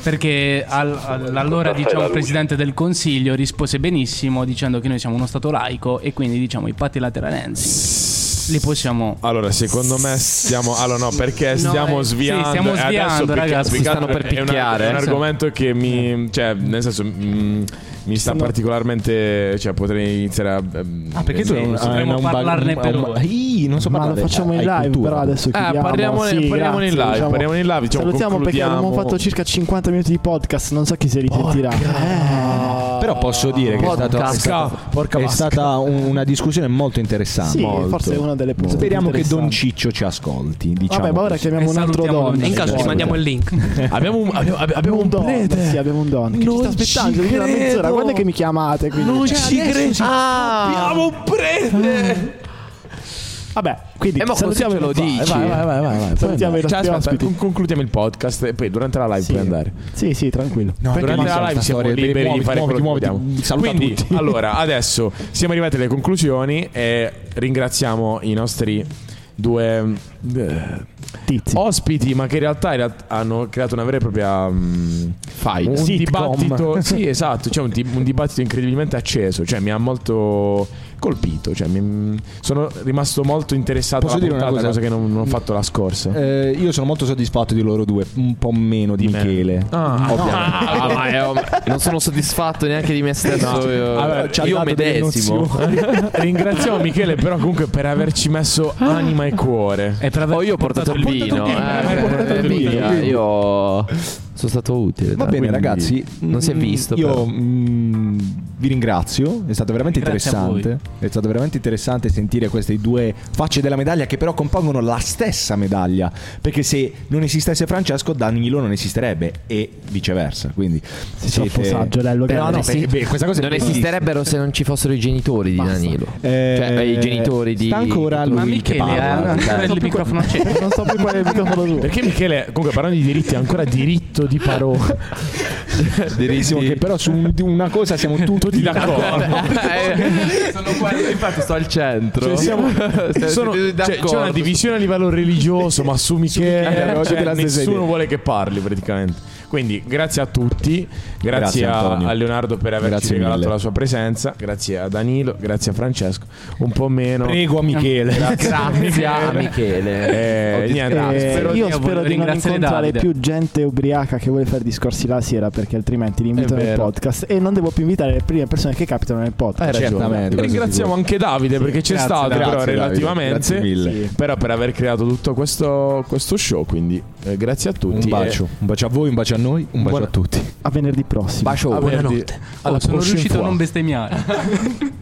Speaker 7: Perché al- al-
Speaker 8: Passa
Speaker 7: allora
Speaker 8: la
Speaker 7: diciamo,
Speaker 8: luce.
Speaker 7: presidente del Consiglio rispose benissimo dicendo che noi siamo uno Stato laico e quindi diciamo i patti lateranensi li possiamo.
Speaker 1: Allora, secondo me stiamo. Allora, no, perché stiamo
Speaker 7: eh, sì,
Speaker 1: sviando.
Speaker 7: stiamo
Speaker 1: e adesso
Speaker 7: sviando,
Speaker 1: picchia-
Speaker 7: ragazzi,
Speaker 1: picchiando
Speaker 4: stanno per
Speaker 1: è un-
Speaker 4: picchiare,
Speaker 1: È un,
Speaker 4: eh, sì.
Speaker 1: argomento che mi. Cioè, nel senso. mm, mi sta particolarmente. Cioè, potrei iniziare a. mm,
Speaker 3: Ah, perché tu
Speaker 1: eh,
Speaker 3: hai un-
Speaker 1: sì.
Speaker 7: potremmo
Speaker 3: hai un bag-
Speaker 7: parlarne
Speaker 3: un-
Speaker 7: per
Speaker 3: un-
Speaker 7: ore.
Speaker 3: Ih, non so
Speaker 2: Ma lo
Speaker 3: parlare.
Speaker 2: facciamo in
Speaker 3: Hai
Speaker 2: live,
Speaker 3: cultura.
Speaker 2: però adesso chiudiamo.
Speaker 1: Eh, Ah, parliamone-
Speaker 2: Sì,
Speaker 1: parliamone in
Speaker 2: grazie,
Speaker 1: live, parliamone in live, diciamo,
Speaker 2: salutiamo perché
Speaker 1: concludiamo.
Speaker 2: abbiamo fatto circa 50 minuti di podcast, non so chi se li sentirà. Eh,
Speaker 3: Però posso dire che è stata, è stata- è stata un- una discussione molto interessante.
Speaker 2: Sì,
Speaker 3: Molto.
Speaker 2: forse è una delle puntate
Speaker 3: Speriamo che Don
Speaker 2: interessanti.
Speaker 3: Ciccio ci ascolti. Diciamo
Speaker 2: Vabbè, ma ora
Speaker 1: Eh,
Speaker 3: così.
Speaker 2: chiamiamo
Speaker 7: E
Speaker 2: un altro
Speaker 7: salutiamo
Speaker 2: don. diciamo.
Speaker 7: Don
Speaker 6: E in caso
Speaker 7: Sì,
Speaker 6: ti mandiamo il link.
Speaker 1: Abbiamo un. Abbiamo, abbiamo
Speaker 2: Abbiamo un don, sì, abbiamo un don che ci sta
Speaker 1: Non
Speaker 2: aspettando
Speaker 1: ci
Speaker 2: da mezz'ora.
Speaker 1: credo.
Speaker 2: Quando è che mi chiamate? Quindi, Cioè,
Speaker 1: Non ci credo.
Speaker 4: Ah,
Speaker 1: Abbiamo un prete.
Speaker 2: vabbè, quindi
Speaker 4: Eh, ma così
Speaker 2: salutiamo
Speaker 4: ce lo
Speaker 2: i nostri-
Speaker 4: dici.
Speaker 2: Vai, vai, vai, vai, vai. Salutiamo i
Speaker 1: Cioè,
Speaker 2: nostri
Speaker 1: aspetta,
Speaker 2: ospiti.
Speaker 1: con- concludiamo il podcast e poi durante la live
Speaker 2: Sì.
Speaker 1: puoi andare.
Speaker 2: Sì, sì, tranquillo.
Speaker 3: No,
Speaker 1: Perché
Speaker 3: durante
Speaker 1: durante la live siamo liberi di fare quello che vogliamo.
Speaker 3: Saluta
Speaker 1: Quindi,
Speaker 3: tutti.
Speaker 1: allora, adesso siamo arrivati alle conclusioni e ringraziamo i nostri due eh,
Speaker 2: Tizi.
Speaker 1: ospiti, ma che in realtà in realtà hanno creato una vera e propria mm,
Speaker 3: Fight.
Speaker 1: un
Speaker 3: Sitcom.
Speaker 1: dibattito, sì, esatto, cioè un, di- un dibattito incredibilmente acceso, cioè mi ha molto colpito, cioè, mi- sono rimasto molto interessato
Speaker 3: Posso
Speaker 1: alla
Speaker 3: dire una
Speaker 1: puntata,
Speaker 3: cosa?
Speaker 1: cosa che non, non ho fatto la scorsa.
Speaker 3: Eh, io sono molto soddisfatto di loro due, un po' meno di,
Speaker 1: Di me.
Speaker 3: Michele.
Speaker 1: Ah,
Speaker 3: Ovviamente.
Speaker 4: Ah, ma è- non sono soddisfatto neanche di me stesso. io
Speaker 1: Allora, ci ha
Speaker 4: io
Speaker 1: dato delle
Speaker 4: medesimo.
Speaker 1: Ringraziamo Michele però comunque per averci messo anima e cuore.
Speaker 7: E Eh, per aver
Speaker 4: Oh, io ho portato il vino.
Speaker 1: hai portato il
Speaker 4: eh,
Speaker 1: vino,
Speaker 4: mica,
Speaker 1: quindi.
Speaker 4: Io sono stato utile.
Speaker 3: Va
Speaker 4: dai.
Speaker 3: bene, ragazzi.
Speaker 4: non si è
Speaker 3: Mm,
Speaker 4: visto,
Speaker 3: Io
Speaker 4: però.
Speaker 3: mm, vi ringrazio, è stato veramente
Speaker 7: Grazie a
Speaker 3: interessante. È stato veramente interessante sentire queste due facce della medaglia che però compongono la stessa medaglia, perché se non esistesse Francesco Danilo non esisterebbe e viceversa, quindi
Speaker 2: troppo saggio, Lello,
Speaker 3: Però no,
Speaker 2: grazie.
Speaker 3: perché- beh, questa cosa è
Speaker 4: non
Speaker 3: bellissima.
Speaker 4: esisterebbero se non ci fossero i genitori di Danilo.
Speaker 3: Eh,
Speaker 4: cioè, beh, i genitori di.
Speaker 3: sta ancora
Speaker 4: di-
Speaker 3: lui
Speaker 7: Ma
Speaker 3: che
Speaker 7: Michele
Speaker 3: parla. Cioè,
Speaker 7: ha
Speaker 4: eh,
Speaker 7: il microfono acceso.
Speaker 2: Non so più qual è il microfono tuo.
Speaker 1: Perché Michele, comunque parlando di diritti, ha ancora diritto di parola.
Speaker 3: Verissimo, che però su un- una cosa siamo tutti d'accordo.
Speaker 4: Eh, sono qua, infatti sto al centro.
Speaker 1: Cioè, siamo-
Speaker 4: Siete
Speaker 1: sono-
Speaker 4: tutti
Speaker 1: cioè, c'è
Speaker 4: d'accordo.
Speaker 1: una divisione a livello religioso, ma su
Speaker 3: Michele,
Speaker 1: Michele
Speaker 3: oggi
Speaker 1: cioè,
Speaker 3: della stessa
Speaker 1: nessuno
Speaker 3: idea.
Speaker 1: vuole che parli praticamente. Quindi grazie a tutti, grazie,
Speaker 3: Grazie,
Speaker 1: a,
Speaker 3: Antonio.
Speaker 1: a Leonardo per averci
Speaker 3: Grazie
Speaker 1: regalato
Speaker 3: mille.
Speaker 1: la sua presenza, grazie a Danilo, grazie a Francesco, un po' meno.
Speaker 3: Prego a Michele.
Speaker 4: Grazie a Michele.
Speaker 1: Eh,
Speaker 4: Ho
Speaker 1: niente.
Speaker 4: disgraziato.
Speaker 2: Eh,
Speaker 7: spero di-
Speaker 2: io
Speaker 7: io
Speaker 2: spero di
Speaker 7: voglio
Speaker 2: non
Speaker 7: ringraziare
Speaker 2: incontrare
Speaker 7: Davide.
Speaker 2: più gente ubriaca che vuole fare discorsi la sera perché altrimenti li invito
Speaker 1: È
Speaker 2: nel
Speaker 1: vero.
Speaker 2: podcast e non devo più invitare le prime persone che capitano nel podcast.
Speaker 3: Hai ragione.
Speaker 1: Certamente. Ringraziamo anche Davide perché c'è
Speaker 3: grazie,
Speaker 1: stato
Speaker 3: Davide.
Speaker 1: però
Speaker 3: Grazie, Davide. Grazie
Speaker 1: relativamente
Speaker 3: mille.
Speaker 1: Sì. però per aver creato tutto questo, questo show quindi eh, grazie a tutti Eh,
Speaker 3: Un bacio, un bacio a voi, un bacio a noi, un bacio
Speaker 1: Buona-
Speaker 4: Eh,
Speaker 3: a tutti.
Speaker 2: A venerdì prossimo.
Speaker 1: e
Speaker 4: Bacio.
Speaker 1: a venerdì.
Speaker 6: Buonanotte.
Speaker 1: Alla
Speaker 7: sono
Speaker 1: prossima
Speaker 7: riuscito a
Speaker 1: fois.
Speaker 7: non bestemmiare.